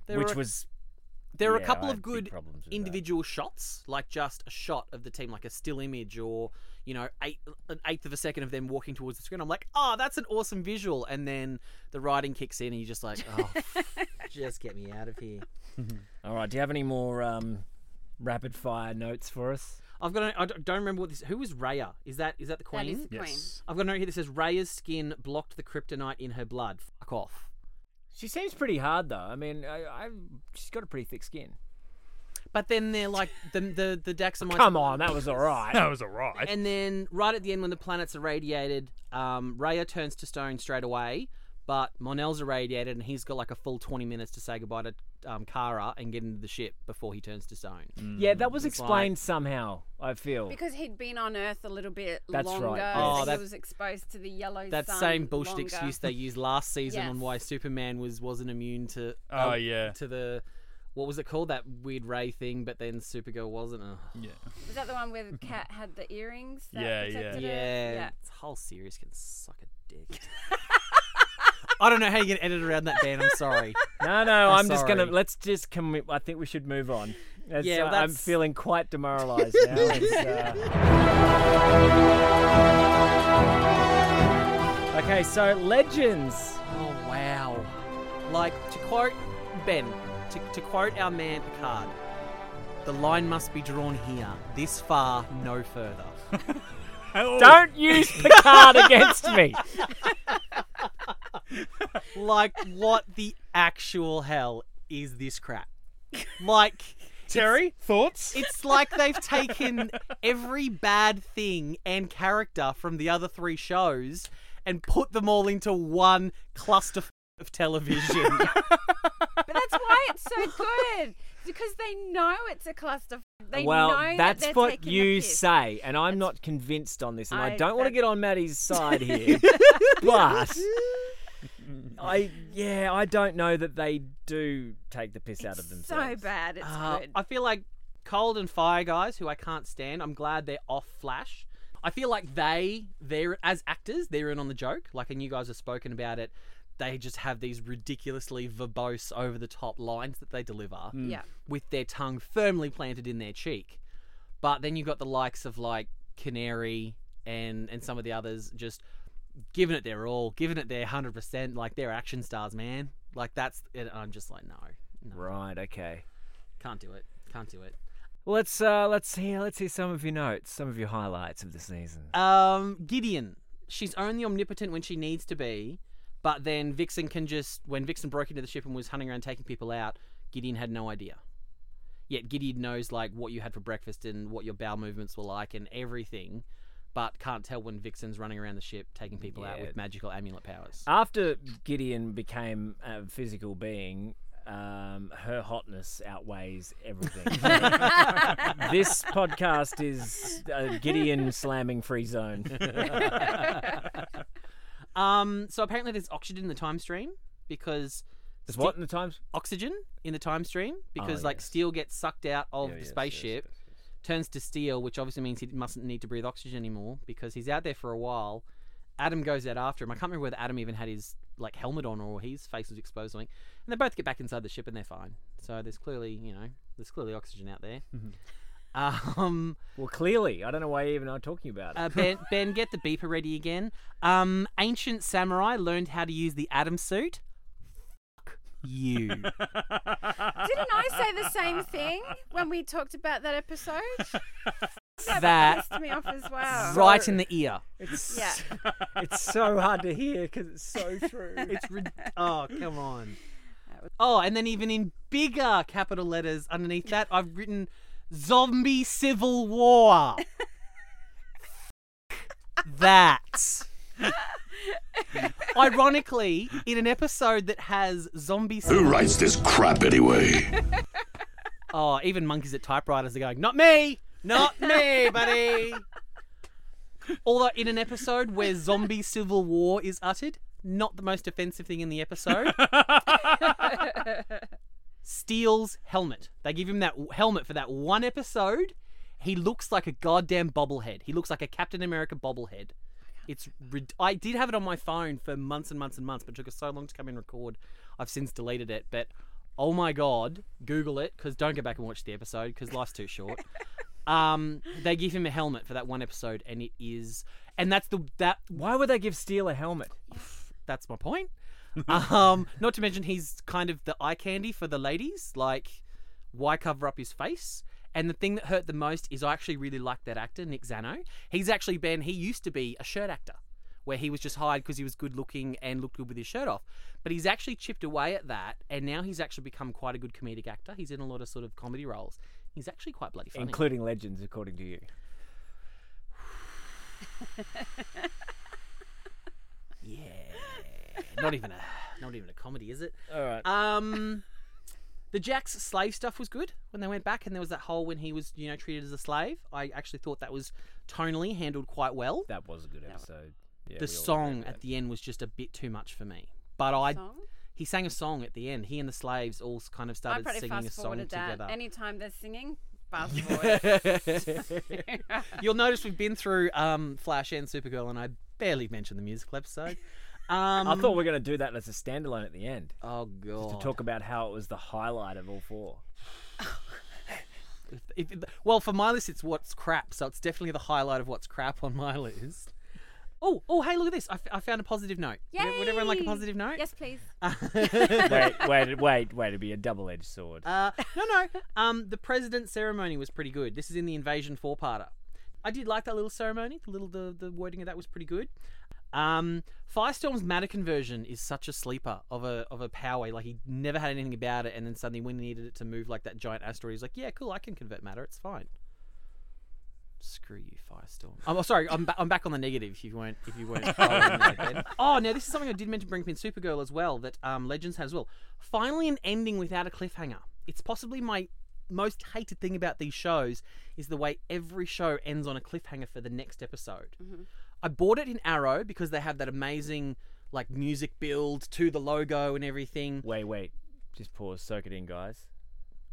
there
Which
were,
was
there were
yeah,
a
I
couple
had
of
big
good
problems with that.
individual shots, like just a shot of the team, like a still image, or you know, eight, an eighth of a second of them walking towards the screen. I'm like, oh, that's an awesome visual, and then the writing kicks in, and you're just like, oh, just get me out of here.
All right, do you have any more um, rapid fire notes for us?
I've got, a, I don't don't remember what this. Who was Raya? Is that is that the queen?
That is the queen.
yes,
I've got a note here that says Raya's skin blocked the kryptonite in her blood. Fuck off.
She seems pretty hard though. I mean, I, I she's got a pretty thick skin.
But then they're like the the the Daxamites.
Come on, that was all right.
that was alright.
And then right at the end, when the planets are radiated, um, Raya turns to stone straight away. But Monel's irradiated, and he's got like a full twenty minutes to say goodbye to um, Kara and get into the ship before he turns to stone.
yeah, that was
It's like-
explained somehow. I feel.
Because he'd been on Earth a little bit
That's right,
longer,
yes.
Oh,
so
that-
he was exposed to the yellow
That
sun
same bullshit
longer.
excuse they used last season
Yes.
on why Superman was wasn't immune to
Oh, yeah.
to the what was it called? That weird Ray thing, but then Supergirl wasn't. Ugh.
Yeah.
Was that the one where the cat had the earrings? That
Yeah, yeah.
protected her?
Yeah,
yeah.
This whole series can suck a dick. I don't know how you can edit around that, Dan. I'm sorry.
No, no, I'm,
I'm
just gonna
Oh, sorry.
let's just commit. I think we should move on. That's-
Yeah, well,
I'm
that's-
feeling quite demoralised now. It's, uh... uh, Okay, so legends.
Oh wow! Like to quote Ben, to, to quote our man Picard, the line must be drawn here, this far, no further.
Oh,
Don't use Picard against me.
like what the actual hell is this crap? Like
Terry, thoughts?
it's like they've taken every bad thing and character from the other three shows and put them all into one cluster of television.
But that's why it's so good. It's because they know it's a cluster. They
well,
know
that's
that they're
what
taking
you
the piss.
say, and I'm not convinced on this, and I,
I- uh,
don't want to
that-
get on Maddie's side here, but I, yeah, I don't know that they do take the piss out of
It's
themselves.
so bad. It's
Uh,
good.
I feel like Cold and Fire guys, who I can't stand. I'm glad they're off Flash. I feel like they, they're as actors, they're in on the joke. Like, and you guys have spoken about it. They just have these ridiculously verbose, over the top lines that they deliver
yeah.
with their tongue firmly planted in their cheek. But then you've got the likes of like Canary and and some of the others just giving it their all, giving it their hundred percent. Like they're action stars, man. Like that's. And I'm just like, no, no,
Right. Okay.
can't do it, can't do it.
Well, let's uh, let's hear let's hear some of your notes, some of your highlights of the season.
Um, Gideon. She's only omnipotent when she needs to be, but then Vixen can just. When Vixen broke into the ship and was hunting around taking people out, Gideon had no idea. Yet Gideon knows like what you had for breakfast and what your bowel movements were like and everything, but can't tell when Vixen's running around the ship taking people out
Yeah. Uh,
with magical amulet powers.
After Gideon became a physical being, um, her hotness outweighs everything. this podcast is uh, Gideon slamming free zone.
Um, so apparently there's oxygen in the time stream because
There's what in the times?
oxygen in the time stream because like
yes.
steel gets sucked out of the spaceship, turns to steel, which obviously means he mustn't need to breathe oxygen anymore because he's out there for a while. Adam goes out after him. I can't remember whether Adam even had his like helmet on or his face was exposed or something. And they both get back inside the ship and they're fine. So there's clearly, you know, there's clearly oxygen out there. um,
Well, clearly, I don't know why even I'm talking about it.
uh, ben, ben, get the beeper ready again. Um, ancient samurai learned how to use the Adam suit. Fuck you.
Didn't I say the same thing when we talked about that episode?
that
Pissed me off as well.
right in the ear.
It's
Yeah.
it's so hard to hear because it's so true.
It's rid- oh come on. Oh, and then even in bigger capital letters underneath that, I've written "Zombie Civil War." that. Ironically, in an episode that has zombie,
Who
civil-
writes this crap anyway?
oh, even monkeys at typewriters are going, "Not me, not me, buddy." Although in an episode where zombie civil war is uttered, not the most offensive thing in the episode. steals helmet. They give him that w- helmet for that one episode. He looks like a goddamn bobblehead. He looks like a Captain America bobblehead. It's rid- I did have it on my phone for months and months and months, but it took us so long to come and record. I've since deleted it, but oh my god, Google it because don't go back and watch the episode because life's too short. um, they give him a helmet for that one episode, and it is, and that's the that
Why would they give Steel a helmet?
that's my point. um, not to mention he's kind of the eye candy for the ladies. Like, why cover up his face? And the thing that hurt the most is I actually really like that actor, Nick Zano. He's actually been, he used to be a shirt actor where he was just hired because he was good looking and looked good with his shirt off. But he's actually chipped away at that and now he's actually become quite a good comedic actor. He's in a lot of sort of comedy roles. He's actually quite bloody funny.
Including legends, according to you.
yeah. Not even a not even a comedy, is it?
All right.
Um, the Jack's slave stuff was good when they went back, and there was that whole when he was, you know, treated as a slave. I actually thought that was tonally handled quite well.
That was a good episode. Yeah,
the
we all
song
agree with
at the end was just a bit too much for me, but I
Song?
he sang a song at the end. He and the slaves all s- kind of
I
started
probably
singing a
fast
song
forwarded that.
together.
Anytime they're singing, fast forward.
You'll notice we've been through um, Flash and Supergirl, and I barely mentioned the musical episode. Um,
I thought we were going to do that as a standalone at the end
oh god,
to talk about how it was the highlight of all four.
If, if- well, for my list, it's what's crap, so it's definitely the highlight of what's crap on my list. Oh, oh, hey, look at this! I, f- I found a positive note. Would e- Would everyone like a
Yay!
positive note? Uh,
Yes, please.
wait, wait, wait, wait! It'd be a double-edged sword.
Uh, no, no. Um, the president's ceremony was pretty good. This is in the Invasion four-parter. I did like that little ceremony. The little the, the wording of that was pretty good. Um, Firestorm's Matter conversion is such a sleeper of a of a power. Like he never had anything about it, and then suddenly when he needed it to move like that giant asteroid, he's like, "Yeah, cool, I can convert matter. It's fine." Screw you, Firestorm. I'm oh, sorry. I'm, ba- I'm back on the negative. If you weren't, if you weren't. following that then. oh, now this is something I did meant to bring up in Supergirl as well. That um, Legends had as well. Finally, an ending without a cliffhanger. It's possibly my most hated thing about these shows is the way every show ends on a cliffhanger for the next episode. I bought it in Arrow because they have that amazing like music build to the logo and everything.
wait, wait, just pause, soak it in, guys.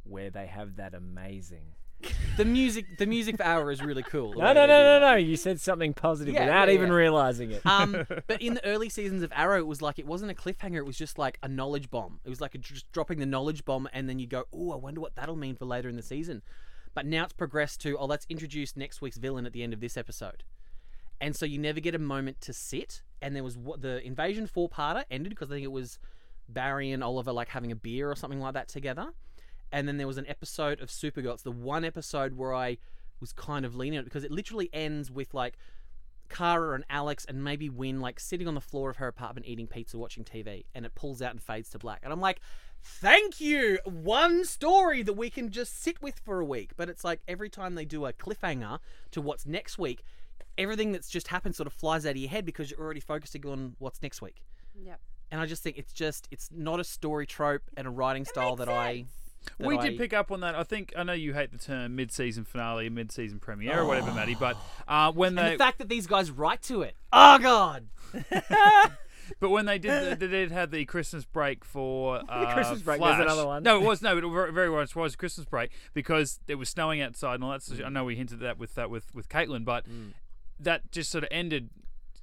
Where they have that amazing.
The music, the music for Arrow is really cool. the
No,
way
no,
they do
no, no,
that.
no! You said something positive
Yeah,
without
yeah,
even
yeah.
realizing it.
Um, but in the early seasons of Arrow, it was like it wasn't a cliffhanger. It was just like a knowledge bomb. It was like a, just dropping the knowledge bomb, and then you go, "Oh, I wonder what that'll mean for later in the season." But now it's progressed to, "Oh, let's introduce next week's villain at the end of this episode," and so you never get a moment to sit. And there was what the Invasion four parter ended because I think it was Barry and Oliver like having a beer or something like that together. And then there was an episode of Supergirl. It's the one episode where I was kind of leaning on it because it literally ends with like Kara and Alex and maybe Win like sitting on the floor of her apartment eating pizza, watching TV, and it pulls out and fades to black. And I'm like, thank you, one story that we can just sit with for a week. But it's like every time they do a cliffhanger to what's next week, everything that's just happened sort of flies out of your head because you're already focusing on what's next week.
Yep.
And I just think it's just it's not a story trope and a writing style that I. that
we did
I-
pick up on that. I think I know you hate the term mid-season finale, mid-season premiere, or whatever, Maddie. But uh, when
And
they
the fact that these guys write to it. Oh God.
But when they did, they did have the Christmas break for uh,
Christmas break, there's
Flash.
another one.
No, it was no, it ver- very much was Christmas break because it was snowing outside and all that. sort
Mm.
of- I know we hinted at that with that with with Caitlin, but that just sort of ended,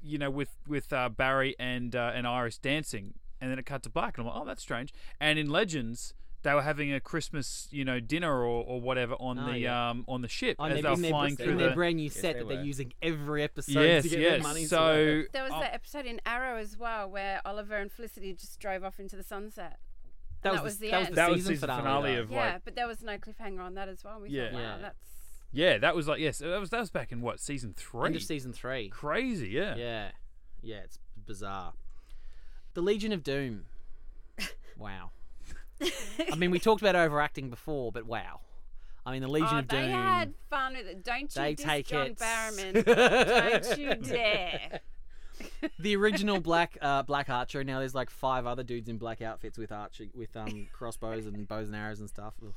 you know, with with uh, Barry and uh, and Iris dancing, and then it cut to black, and I'm like, oh, that's strange. And in Legends. They were having a Christmas, you know, dinner or, or whatever on
Oh,
the
yeah.
um, on the ship
On
as
their,
they were
in their,
flying
in
through
their
the
brand new set
they
that
were.
they're using every episode
yes
to get their
yes.
money.
so
There
oh.
was
um,
that episode in Arrow as well where Oliver and Felicity just drove off into the sunset. That
That, was,
was
the,
the
that was
end.
the
that was
season finale. though.
of like
Yeah, but there was no cliffhanger on that as well. and We
Yeah.
thought, wow,
Yeah.
that's
Yeah, that was like yes, that was that was back in what season three?
end of season three.
Crazy, yeah.
Yeah, yeah, it's bizarre. The Legion of Doom. Wow. I mean, we talked about overacting before, but wow. I mean, the Legion
oh,
of
they
Doom.
had fun with it. Don't you
they
diss
take
John
it.
Barrowman. Don't you dare.
the original black uh, black archer. Now there's like five other dudes in black outfits with archer with um crossbows and bows and arrows and stuff. Ugh.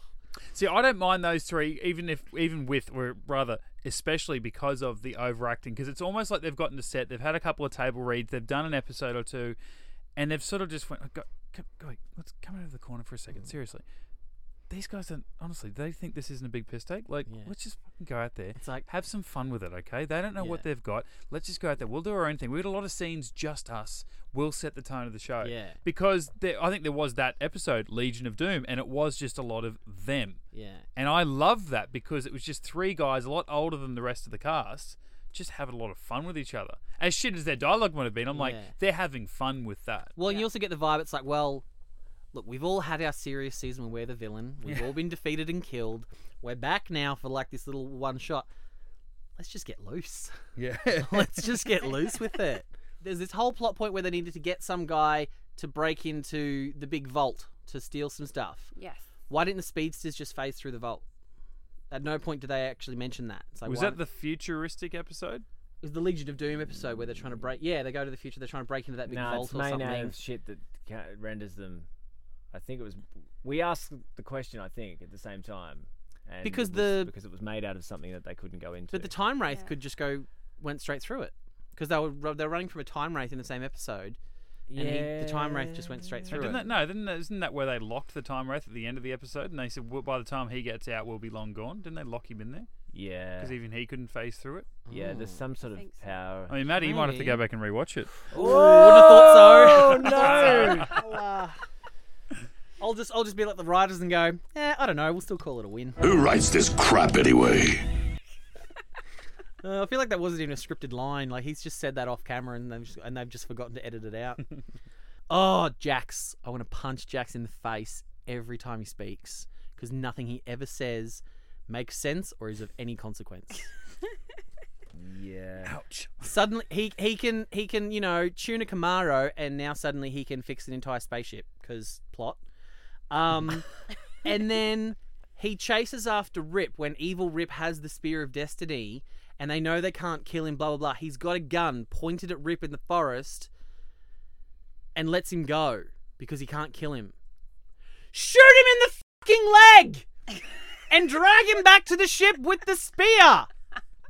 See, I don't mind those three, even if even with or rather especially because of the overacting, because it's almost like they've gotten to set, they've had a couple of table reads, they've done an episode or two, and they've sort of just went, oh, go, come, go, wait, let's come out of the corner for a
Mm.
second, seriously. These guys don't honestly. They think this isn't a big piss take. Like,
Yeah.
let's just fucking go out there.
It's like-
have some fun with it, okay? They don't know what
Yeah.
they've got. Let's just go out there. We'll do our own thing. We got a lot of scenes, just us. We'll set the tone of the show.
Yeah.
Because there, I think there was that episode, Legion of Doom, and it was just a lot of them.
Yeah.
And I love that because it was just three guys a lot older than the rest of the cast just having a lot of fun with each other. As shit as their dialogue might have been, I'm like,
Yeah.
they're having fun with that.
Well, you also get the vibe. It's like, well, look, we've all had our serious season where we're the villain. We've all been defeated and killed. We're back now for like this little one shot. Let's just get loose.
Yeah.
Let's just get loose with it. There's this whole plot point where they needed to get some guy to break into the big vault to steal some stuff.
Yes.
Why didn't the speedsters just phase through the vault? At no point did they actually mention that. It's like,
was
why-
that the futuristic episode?
it was the Legion of Doom episode where they're trying to break? Yeah, they go to the future. They're trying to break into that big
No,
vault
it's
or
main
something.
aim shit that ca- renders them. I think it was. We asked the question, I think, at the same time. And it
Because
was-
the-
because it was made out of something that they couldn't go into.
But the time wraith could just go went straight through it because they were ru- they were running from a time wraith in the same episode, and he, the time wraith just went straight
Hey,
through.
didn't
it.
that, no, didn't that, isn't that where they locked the time wraith at the end of the episode? And they said, well, by the time he gets out, we'll be long gone. Didn't they lock him in there?
Yeah.
Because even he couldn't phase through it.
Yeah, there's some sort of
think so.
power.
I mean, Maddie, you might have to go
Maybe.
back and rewatch it.
Wouldn't have thought so.
no.
I'll, uh, I'll just I'll just be like the writers and go, eh, I don't know, we'll still call it a win.
Who writes this crap anyway?
Uh, I feel like that wasn't even a scripted line. Like he's just said that off camera, and they've just, and they've just forgotten to edit it out. oh, Jax! I want to punch Jax in the face every time he speaks because nothing he ever says makes sense or is of any consequence.
Yeah.
suddenly, he he can he can you know tune a Camaro, and now suddenly he can fix an entire spaceship because plot. Um, and then he chases after Rip when evil Rip has the Spear of Destiny and they know they can't kill him, blah, blah, blah. He's got a gun pointed at Rip in the forest and lets him go because he can't kill him. Shoot him in the fucking leg and drag him back to the ship with the spear.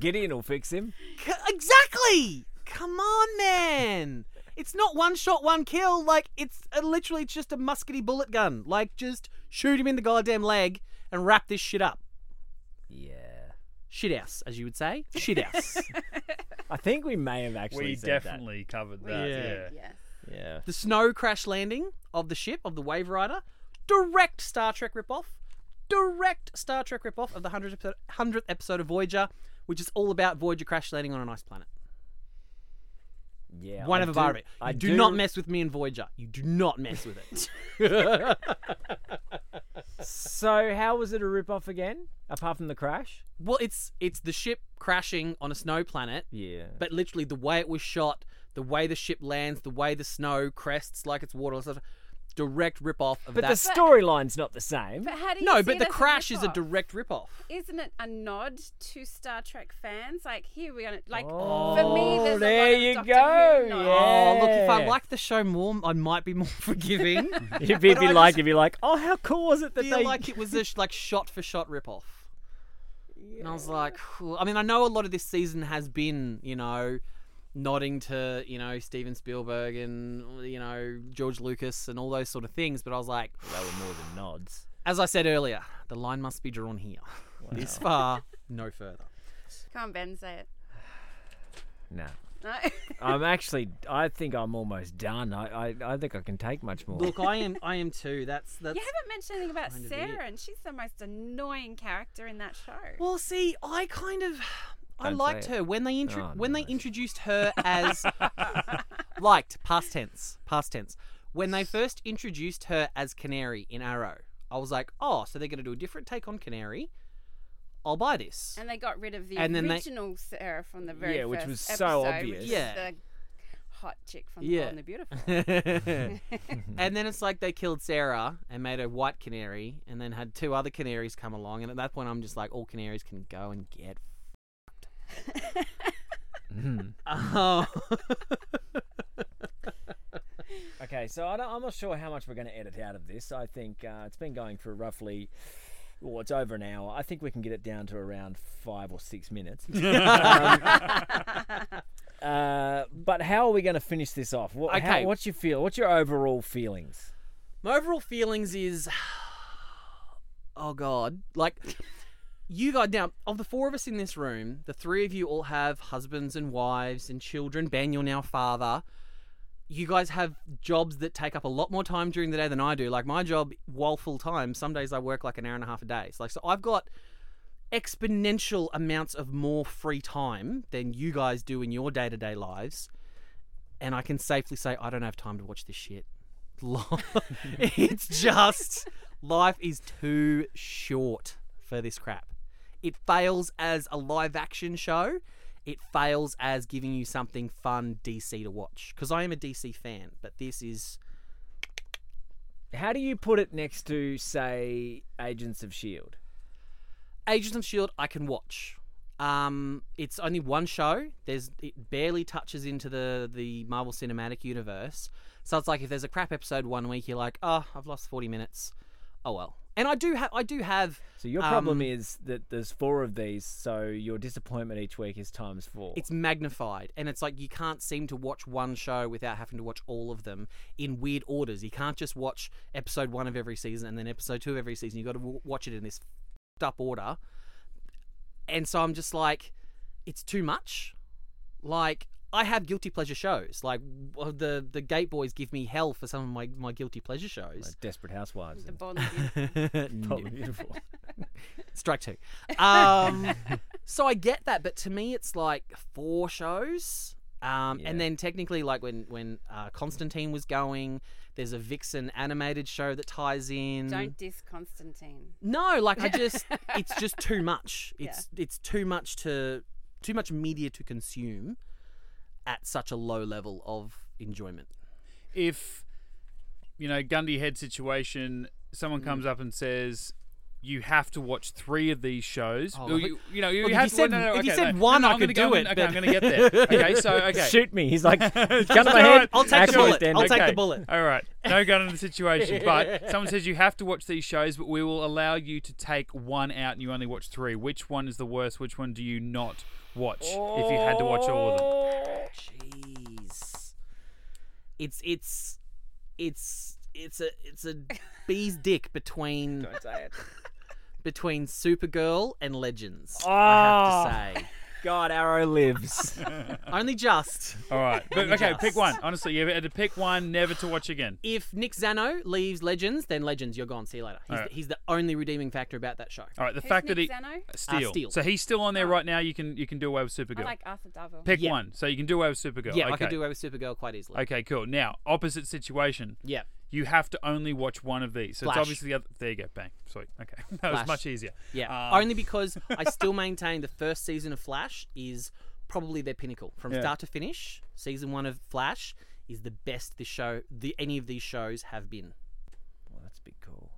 Gideon will fix him.
C- exactly. Come on, man. It's not one shot, one kill. Like it's uh, literally it's just a muskety bullet gun. Like just shoot him in the goddamn leg and wrap this shit up.
Yeah.
Shit ass, as you would say. Shit ass.
I think we may have actually
We
said that.
definitely covered that.
Yeah.
Yeah.
Yes.
Yeah.
the snow crash landing of the ship of the Wave Rider. Direct Star Trek ripoff. Direct Star Trek ripoff of the hundredth episode, 100th episode of Voyager, which is all about Voyager crash landing on an ice planet.
Yeah.
One
I
of a
do-
bar of it. You
I
do, not mess with me and Voyager. You do not mess with it.
So how was it a rip off again? Apart from the crash?
well, it's it's the ship crashing on a snow planet,
Yeah.
but literally the way it was shot, the way the ship lands, the way the snow crests like it's water, stuff, direct ripoff of
But
that.
the storyline's not the same.
But how do you
no,
see
but
it
the
as
crash is a
ripoff?
direct ripoff.
Isn't it a nod to Star Trek fans? Like here we are. Like for me,
Oh,
there's
there
a lot of
you
Doctor
go,
Who nods.
yeah.
Oh, look, if I
Yeah.
liked the show more, I might be more forgiving.
It'd be,
But
it'd be
I
like,
just
it'd be like, oh, how cool was it that
feel
they?
like it was a sh- like shot for shot ripoff. And I was like, "Phew." I mean, I know a lot of this season has been, you know, nodding to, you know, Steven Spielberg and, you know, George Lucas and all those sort of things, but I was like,
they were more than nods.
as I said earlier, the line must be drawn here. This far, no further.
Can't Ben say it?
No.
No.
I'm actually. I think I'm almost done. I, I, I think I can take much more.
Look, I am I am too. That's that's
You haven't mentioned anything about
kind of it.
Sarah, and she's the most annoying character in that show.
Well, see, I kind of I
Don't say
liked
it.
her when they intro-
Oh,
when
nice.
they introduced her as liked past tense, past tense. When they first introduced her as Canary in Arrow, I was like, "Oh, so they're going to do a different take on Canary. I'll buy this."
and they got rid of the
And then they-
original Sarah from the very
Yeah, which
first
was so
episode, which
obvious.
was
Yeah.
the hot chick from
Yeah.
the Bold and the Beautiful.
and then it's like they killed Sarah and made her white canary, and then had two other canaries come along. And at that point, I'm just like, all canaries can go and get.
Mhm.
Oh,
Okay, so I don't, I'm not sure how much we're going to edit out of this. I think uh, it's been going for roughly, well, it's over an hour. I think we can get it down to around five or six minutes. um, uh, but how are we going to finish this off? What, how-
Okay.
what's your feel? What's your overall feelings?
my overall feelings is, oh god, like you got now of the four of us in this room, the three of you all have husbands and wives and children. Ben, you're now a father. You guys have jobs that take up a lot more time during the day than I do. Like my job, while full time, some days I work like an hour and a half a day. So like so I've got exponential amounts of more free time than you guys do in your day to day lives. And I can safely say I don't have time to watch this shit. Lo- it's just life is too short for this crap. It fails as a live action show. It fails as giving you something fun DC to watch because I am a DC fan, but this is
How do you put it next to, say, Agents of Shield?
Agents of Shield I can watch. Um, it's only one show. There's it barely touches into the the Marvel Cinematic Universe. So it's like if there's a crap episode one week, you're like, oh, I've lost forty minutes. oh well. And I do have I do have
So your problem
um,
is that there's four of these, so your disappointment each week is times four.
it's magnified and it's like you can't seem to watch one show without having to watch all of them in weird orders you can't just watch episode one of every season and then episode two of every season you've got to w- watch it in this fed up order and so i'm just like it's too much like i have guilty pleasure shows like w- the the gate boys give me hell for some of my, my guilty pleasure shows
like Desperate Housewives.
The
and
Bond did.
No.
Probably beautiful.
strike two. Um, so I get that, but to me, it's like four shows. Um,
Yeah.
And then technically, like when when uh, Constantine was going, there's a Vixen animated show that ties in.
Don't diss Constantine.
No, like I just, it's just too much. It's it's too much to too much media to consume at such a low level of enjoyment.
if you know Gundy head situation, someone
Mm.
comes up and says. You have to watch three of these shows.
Oh,
Well,
but-
you, you know, you
Look, if
have
you
to.
said-
no, no, no,
if you
okay,
said
no,
one,
no, no,
I
I'm gonna
could
go-
do
I'm
it,
gonna- Okay, I'm
but-
going to get there. Okay, so okay,
Shoot me. He's like, gun to
All
my head.
right.
I'll take the
Actually,
bullet.
then-
I'll take the bullet.
All right, no gun in the situation. But someone says you have to watch these shows, but we will allow you to take one out, and you only watch three. Which one is the worst? Which one do you not watch? If you had to watch all of
Oh.
them,
Jeez. It's it's it's it's a it's a bee's dick between between Supergirl and Legends. I have to say.
God, Arrow lives.
Only just
all right. But
me
okay, pick
just-
one. Honestly, you had to pick one, never to watch again.
if Nick Zano leaves Legends, then Legends, you're gone. See you later. He's,
Alright.
the, he's the only redeeming factor about that show.
All right, the
Who's
fact that he
Nick Zano? Oh.
Steel.
Steel.
So he's still on there right now. You can you can do away with
I
Supergirl.
like Arthur Davil.
pick
Yeah.
one, so you can do away with Supergirl.
Yeah,
okay.
I could do away with Supergirl quite easily.
Okay, cool. Now opposite situation.
Yeah.
You have to only watch one of these. So
Flash.
it's obviously the other. There you go. Bang. Sweet. Okay. That
Flash.
was much easier.
Yeah.
Um,
Only because I still maintain the first season of Flash is probably their pinnacle from start to finish. Season one of Flash is the best this show, the, any of these shows have been.
well, that's a bit cool.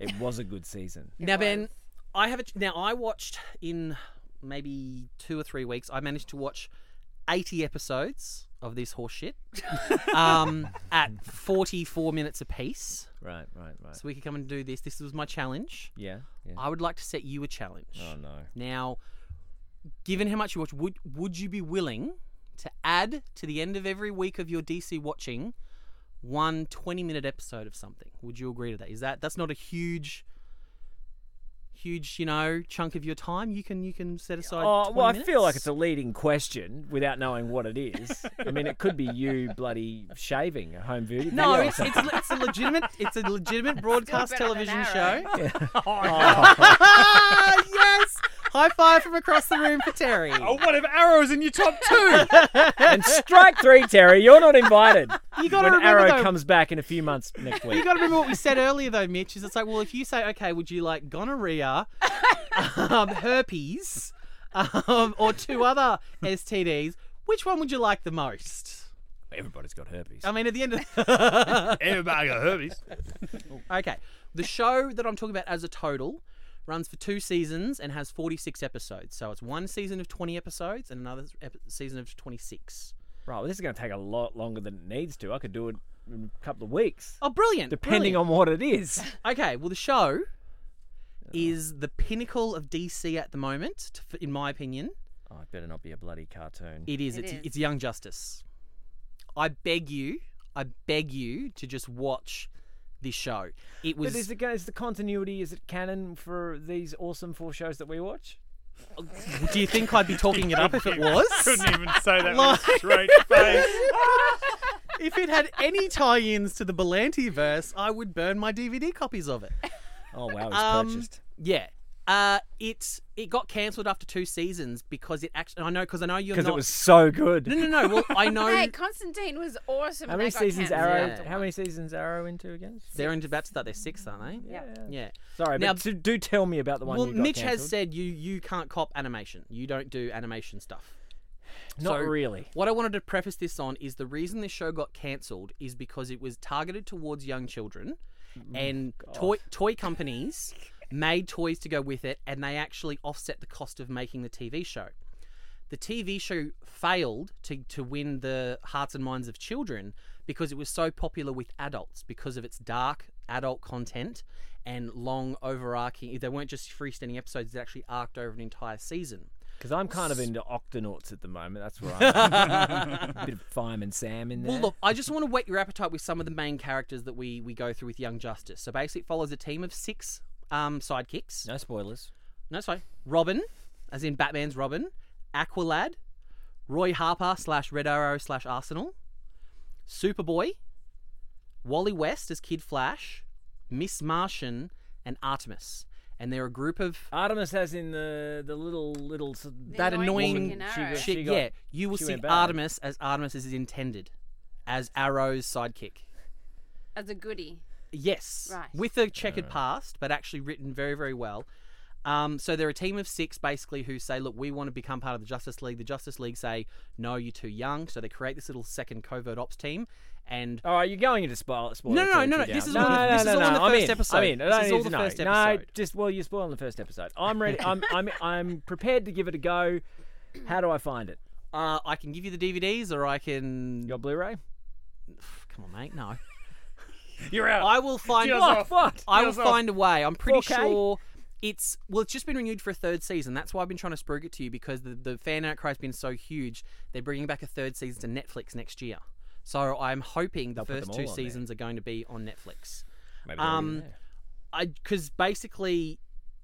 It was a good season.
Now, Ben, I have a, ch- now I watched in maybe two or three weeks. I managed to watch eighty episodes of this horseshit um, at forty-four minutes apiece.
Right, right, right.
So we could come and do this. This was my challenge.
Yeah. yeah.
I would like to set you a challenge.
Oh no.
Now, given how much you watch, would would you be willing to add to the end of every week of your DC watching one 20 minute episode of something? Would you agree to that? Is that that's not a huge huge, you know, chunk of your time you can you can set aside
Oh
20
well, I feel
minutes?
like it's a leading question without knowing what it is. I mean, it could be you bloody shaving a home video.
no,
video or
it's, it's, le- it's a legitimate it's a legitimate broadcast
better than
television show.
Arrow.
Oh,
Ah, yes! High five from across the room for Terry.
Oh, what if arrows in your top two?
And strike three, Terry. You're not invited.
You gotta
when
remember
Arrow
though-
comes back in a few months next week.
You got to remember what we said earlier, though, Mitch. Is it's like, well, if you say, okay, would you like gonorrhea, um, herpes, um, or two other STDs, which one would you like the most?
Everybody's got herpes.
I mean, at the end of
Everybody got herpes.
okay, the show that I'm talking about as a total runs for two seasons and has 46 episodes. So it's one season of 20 episodes and another ep- season of 26.
Right, well, this is going to take a lot longer than it needs to. I could do it in a couple of weeks,
Oh, brilliant!
depending on what it is.
on. Okay, well, the show is the pinnacle of DC at the moment, t- in my opinion.
Oh, it better not be a bloody cartoon.
It is.
It
it's,
is.
It's Young Justice. I beg you. I beg you to just watch this show. It was.
But is the, is the continuity, is it canon for these awesome four shows that we watch?
do you think I'd be talking it up if it was?
Couldn't even say that
Like-
with a straight face.
if it had any tie-ins to the Belanti verse, I would burn my DVD copies of it.
Oh, wow, it's
Um,
purchased.
Yeah. Uh, it it got cancelled after two seasons because it actually. I know because I know you're
Because
not.
it was so good.
No, no, no. Well, I know
Hey, Constantine was awesome.
How
and
many
they got
seasons
cancelled
Arrow?
after
How
one.
many seasons Arrow into again?
they're into about to start their sixth, aren't they?
Yeah.
Yeah.
Sorry,
Now-
but do, do tell me about the one.
Well,
you got
Mitch has
cancelled.
said you you can't cop animation. You don't do animation stuff.
not
so-
really.
What I wanted to preface this on is the reason this show got cancelled is because it was targeted towards young children,
Mm,
and toy toy companies made toys to go with it, and they actually offset the cost of making the TV show. The TV show failed to, to win the hearts and minds of children because it was so popular with adults because of its dark adult content and long overarching. They weren't just freestanding episodes; they actually arced over an entire season.
Because I'm kind of into octonauts at the moment. That's where I'm. a bit of Fireman Sam in there.
Well, look, I just want to whet your appetite with some of the main characters that we we go through with Young Justice. So basically, it follows a team of six um, sidekicks.
no spoilers.
No, sorry, Robin, as in Batman's Robin, Aqualad, Roy Harper slash Red Arrow slash Arsenal, Superboy, Wally West as Kid Flash, Miss Martian, and Artemis. And they're a group of
Artemis has in the the little little s-
that
annoying
annoying
chicken arrow.
chick.
she got-
yeah, you will
she
see
went bad.
Artemis as Artemis is intended, as Arrow's sidekick.
As a goodie.
Yes,
Right.
with a checkered past, but actually written very, very well. Um, so they're a team of six basically who say, "Look, we want to become part of the Justice League." The Justice League say, "No, you're too young." So they create this little second covert ops team, and
All right, you're going into spoil- spoiler.
No, no, no,
territory
no, no,
now.
this is
no,
all the-
no,
this
no,
is all
no,
in the
I'm
first
in,
episode.
I'm in. I
This
don't
is
need
all
to
the
know.
first
No,
episode.
just well, you're spoiling the first episode. I'm ready. I'm I'm I'm prepared to give it a go. How do I find it?
uh, I can give you the DVDs, or I can.
Your Blu-ray?
Come on, mate. No,
You're out.
I will find.
Deal's
What?
What? What?
I will
Deal's off.
find a way. I'm pretty
4K?
sure it's well. It's just been renewed for a third season. That's why I've been trying to spruik it to you because the, the fan outcry has been so huge. They're bringing back a third season to Netflix next year. So I'm hoping the
They'll put
first
them
two
all on there.
seasons are going to be on Netflix.
Maybe they're already
Um,
there.
I because basically,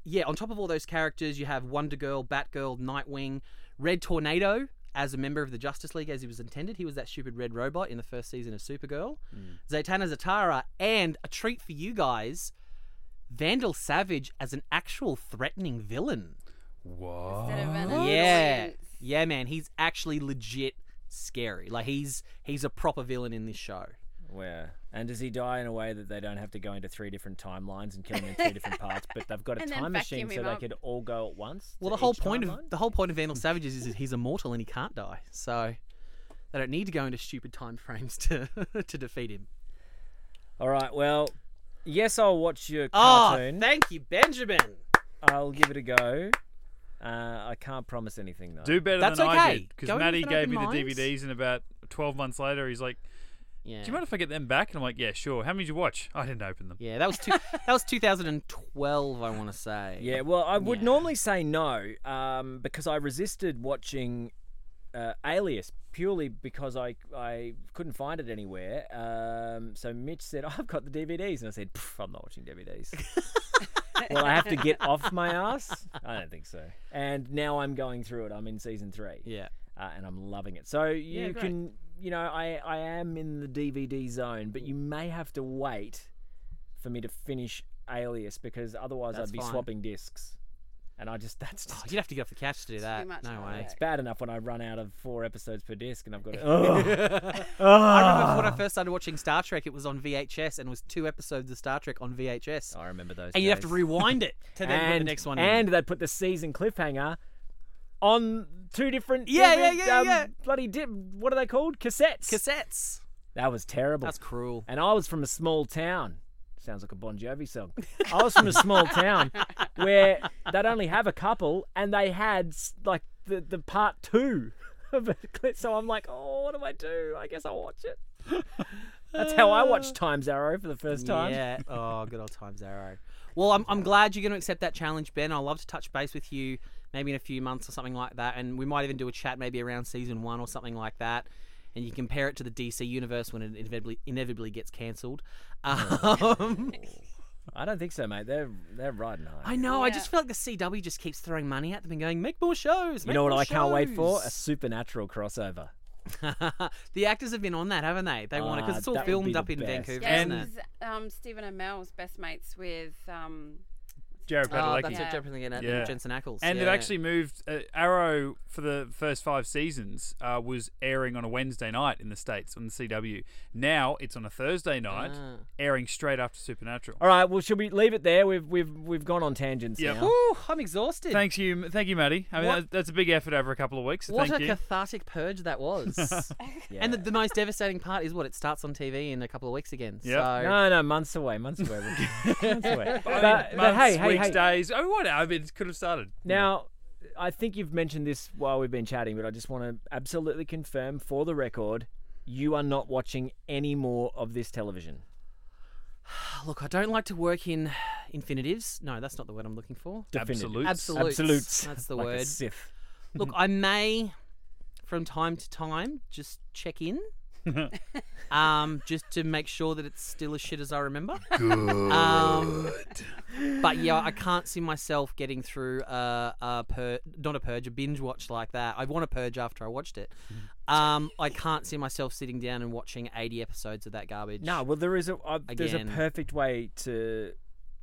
yeah. On top of all those characters, you have Wonder Girl, Batgirl, Nightwing, Red Tornado as a member of the Justice League, as he was intended. He was that stupid red robot in the first season of Supergirl.
Hmm.
Zatanna Zatara, and a treat for you guys, Vandal Savage as an actual threatening villain.
Whoa.
Instead of an
Yeah,
annoyance.
yeah, man. He's actually legit scary. Like he's he's a proper villain in this show.
Where? And does he die in a way that they don't have to go into three different timelines and kill him in three different parts? But they've got a
And then
time machine
vacuum
so
him
they
up.
could all go at once.
Well,
to
the whole
each
point
timeline?
of the whole point of Vandal Savage is, is he's immortal and he can't die, so they don't need to go into stupid time frames to to defeat him.
All right. Well, yes, I'll watch your
Oh,
cartoon.
thank you, Benjamin.
I'll give it a go. Uh, I can't promise anything though.
Do better
That's
than I
okay.
did because
Go in
Maddie
with an
gave
open
me the
mind.
DVDs, and about 12 months later, he's like,
Yeah,
"Do you mind if I get them back?" And I'm like, "Yeah, sure." How many did you watch? I didn't open them.
yeah, that was two, that was 2012, I want to say.
Yeah, well, I would
Yeah.
normally say no um, because I resisted watching uh, Alias purely because I I couldn't find it anywhere. Um, so Mitch said, "I've got the DVDs," and I said, "Pff, "I'm not watching DVDs." well, I have to get off my ass. I don't think so. And now I'm going through it. I'm in season three,
yeah.
uh, and I'm loving it. So you
great.
can, you know, I I am in the DVD zone, but you may have to wait for me to finish Alias because otherwise
That's
I'd be
fine.
swapping discs, and I just that's
Oh,
just
you'd have to get off the couch to do that.
much
no
hard
way.
work.
bad enough when I run out of four episodes per disc, and I've got to. Ugh.
I remember when I first started watching Star Trek, it was on VHS, and it was two episodes of Star Trek on VHS,
I remember those.
and you have to
days.
rewind it to then put the
Oh, and,
next one.
and
in.
they put the season cliffhanger on two different
Yeah, yeah,
different,
yeah,
um,
yeah.
bloody dip, what are they called cassettes
cassettes.
that was terrible
That's cruel.
and I was from a small town. Sounds like a Bon Jovi song. I was from a small town where they'd only have a couple, and they had s- like the, the part two of a clip. So I'm like, oh, what do I do? I guess I'll watch it. That's how I watched Times Arrow for the first time.
Uh. Yeah. Oh, good old times, Arrow. Well, I'm, I'm glad you're going to accept that challenge, Ben. I'd love to touch base with you maybe in a few months or something like that. And we might even do a chat maybe around season one or something like that. And you compare it to the DC universe when it inevitably, inevitably gets cancelled. Um,
I don't think so, mate. They're they're riding high.
I know. I
Yeah.
just feel like the CW just keeps throwing money at them and going, make more shows.
you know what I can't wait for? A supernatural crossover.
the actors have been on that, haven't they? They want it because
Ah,
it's all
that would be
filmed
the
up in
best.
Vancouver,
Yeah,
isn't it?
because, um, Stephen Amell's best mates with um,
Jared
Oh,
Padalecki.
that's
Yeah.
what jumping in at
Yeah.
Jensen Ackles.
And it
yeah.
actually moved. Uh, Arrow for the first five seasons uh, was airing on a Wednesday night in the states on the CW. Now it's on a Thursday night,
Ah.
airing straight after Supernatural.
All right. Well, should we leave it there? We've we've we've gone on tangents
Yep.
now.
Whew, I'm exhausted.
Thanks you, thank you, Maddie. I mean,
What-
that, that's a big effort over a couple of weeks. So
What
thank
a
you.
cathartic purge that was. And the, the most devastating part is what it starts on TV in a couple of weeks again.
Yep.
So
No, no, months away, months away, Ricky. months away.
I mean,
But, but
months,
hey, hey,
weeks,
hey.
days. Oh, what? I mean, it could have started.
Now, I think you've mentioned this while we've been chatting, but I just want to absolutely confirm for the record, you are not watching any more of this television.
ah, Look, I don't like to work in infinitives. No, that's not the word I'm looking for.
Definitive.
Absolute.
Absolutes.
Absolutes.
That's the
like A
word.
Sith.
Look, I may, from time to time, just check in, um, just to make sure that it's still as shit as I remember.
Good.
Um, but yeah, I can't see myself getting through a, a pur- not a purge, a binge watch like that. I want to purge after I watched it. Um, I can't see myself sitting down and watching 80 episodes of that garbage.
No, well, there is a uh, there's a
Again.
perfect way to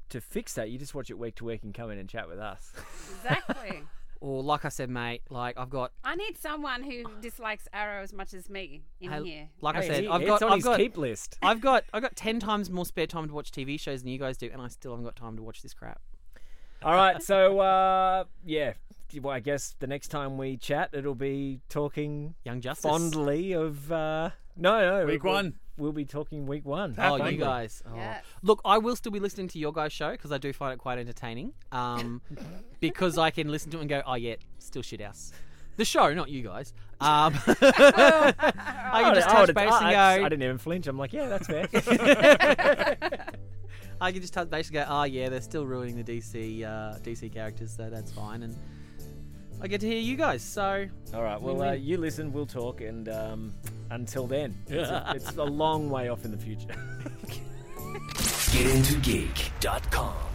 to fix that. You just watch it week to week and come in and chat with us.
Exactly.
Or like I said, mate, like I've got.
I need someone who dislikes Arrow as much as me in
hey,
here.
Like I
Hey,
said,
he-
I've
Oh, it's
got.
on
I've
his
got
keep list.
I've got I've got ten times more spare time to watch TV shows than you guys do, and I still haven't got time to watch this crap.
All right, so uh, yeah, well, I guess the next time we chat, it'll be talking
Young Justice. Oh,
fondly of uh, no, no,
Week
we'll-
one.
We'll be talking week one.
Oh,
Fondly.
you guys. Oh.
Yeah.
Look, I will still be listening to your guys' show because I do find it quite entertaining. Um, because I can listen to it and go, oh yeah, still shit house. The show, not you guys. Um, I can just
I
touch
would've-
base
I- I- oh, I
and go.
didn't even flinch. I'm like, yeah, that's fair.
I can just touch base and go. Oh yeah, they're still ruining the DC uh, DC characters, so that's fine. And I get to hear you guys. So
All right. Well, uh,
Win-win.
you listen. We'll talk. And um, until then, it's a, it's a long way off in the future.
Getintogeek.com.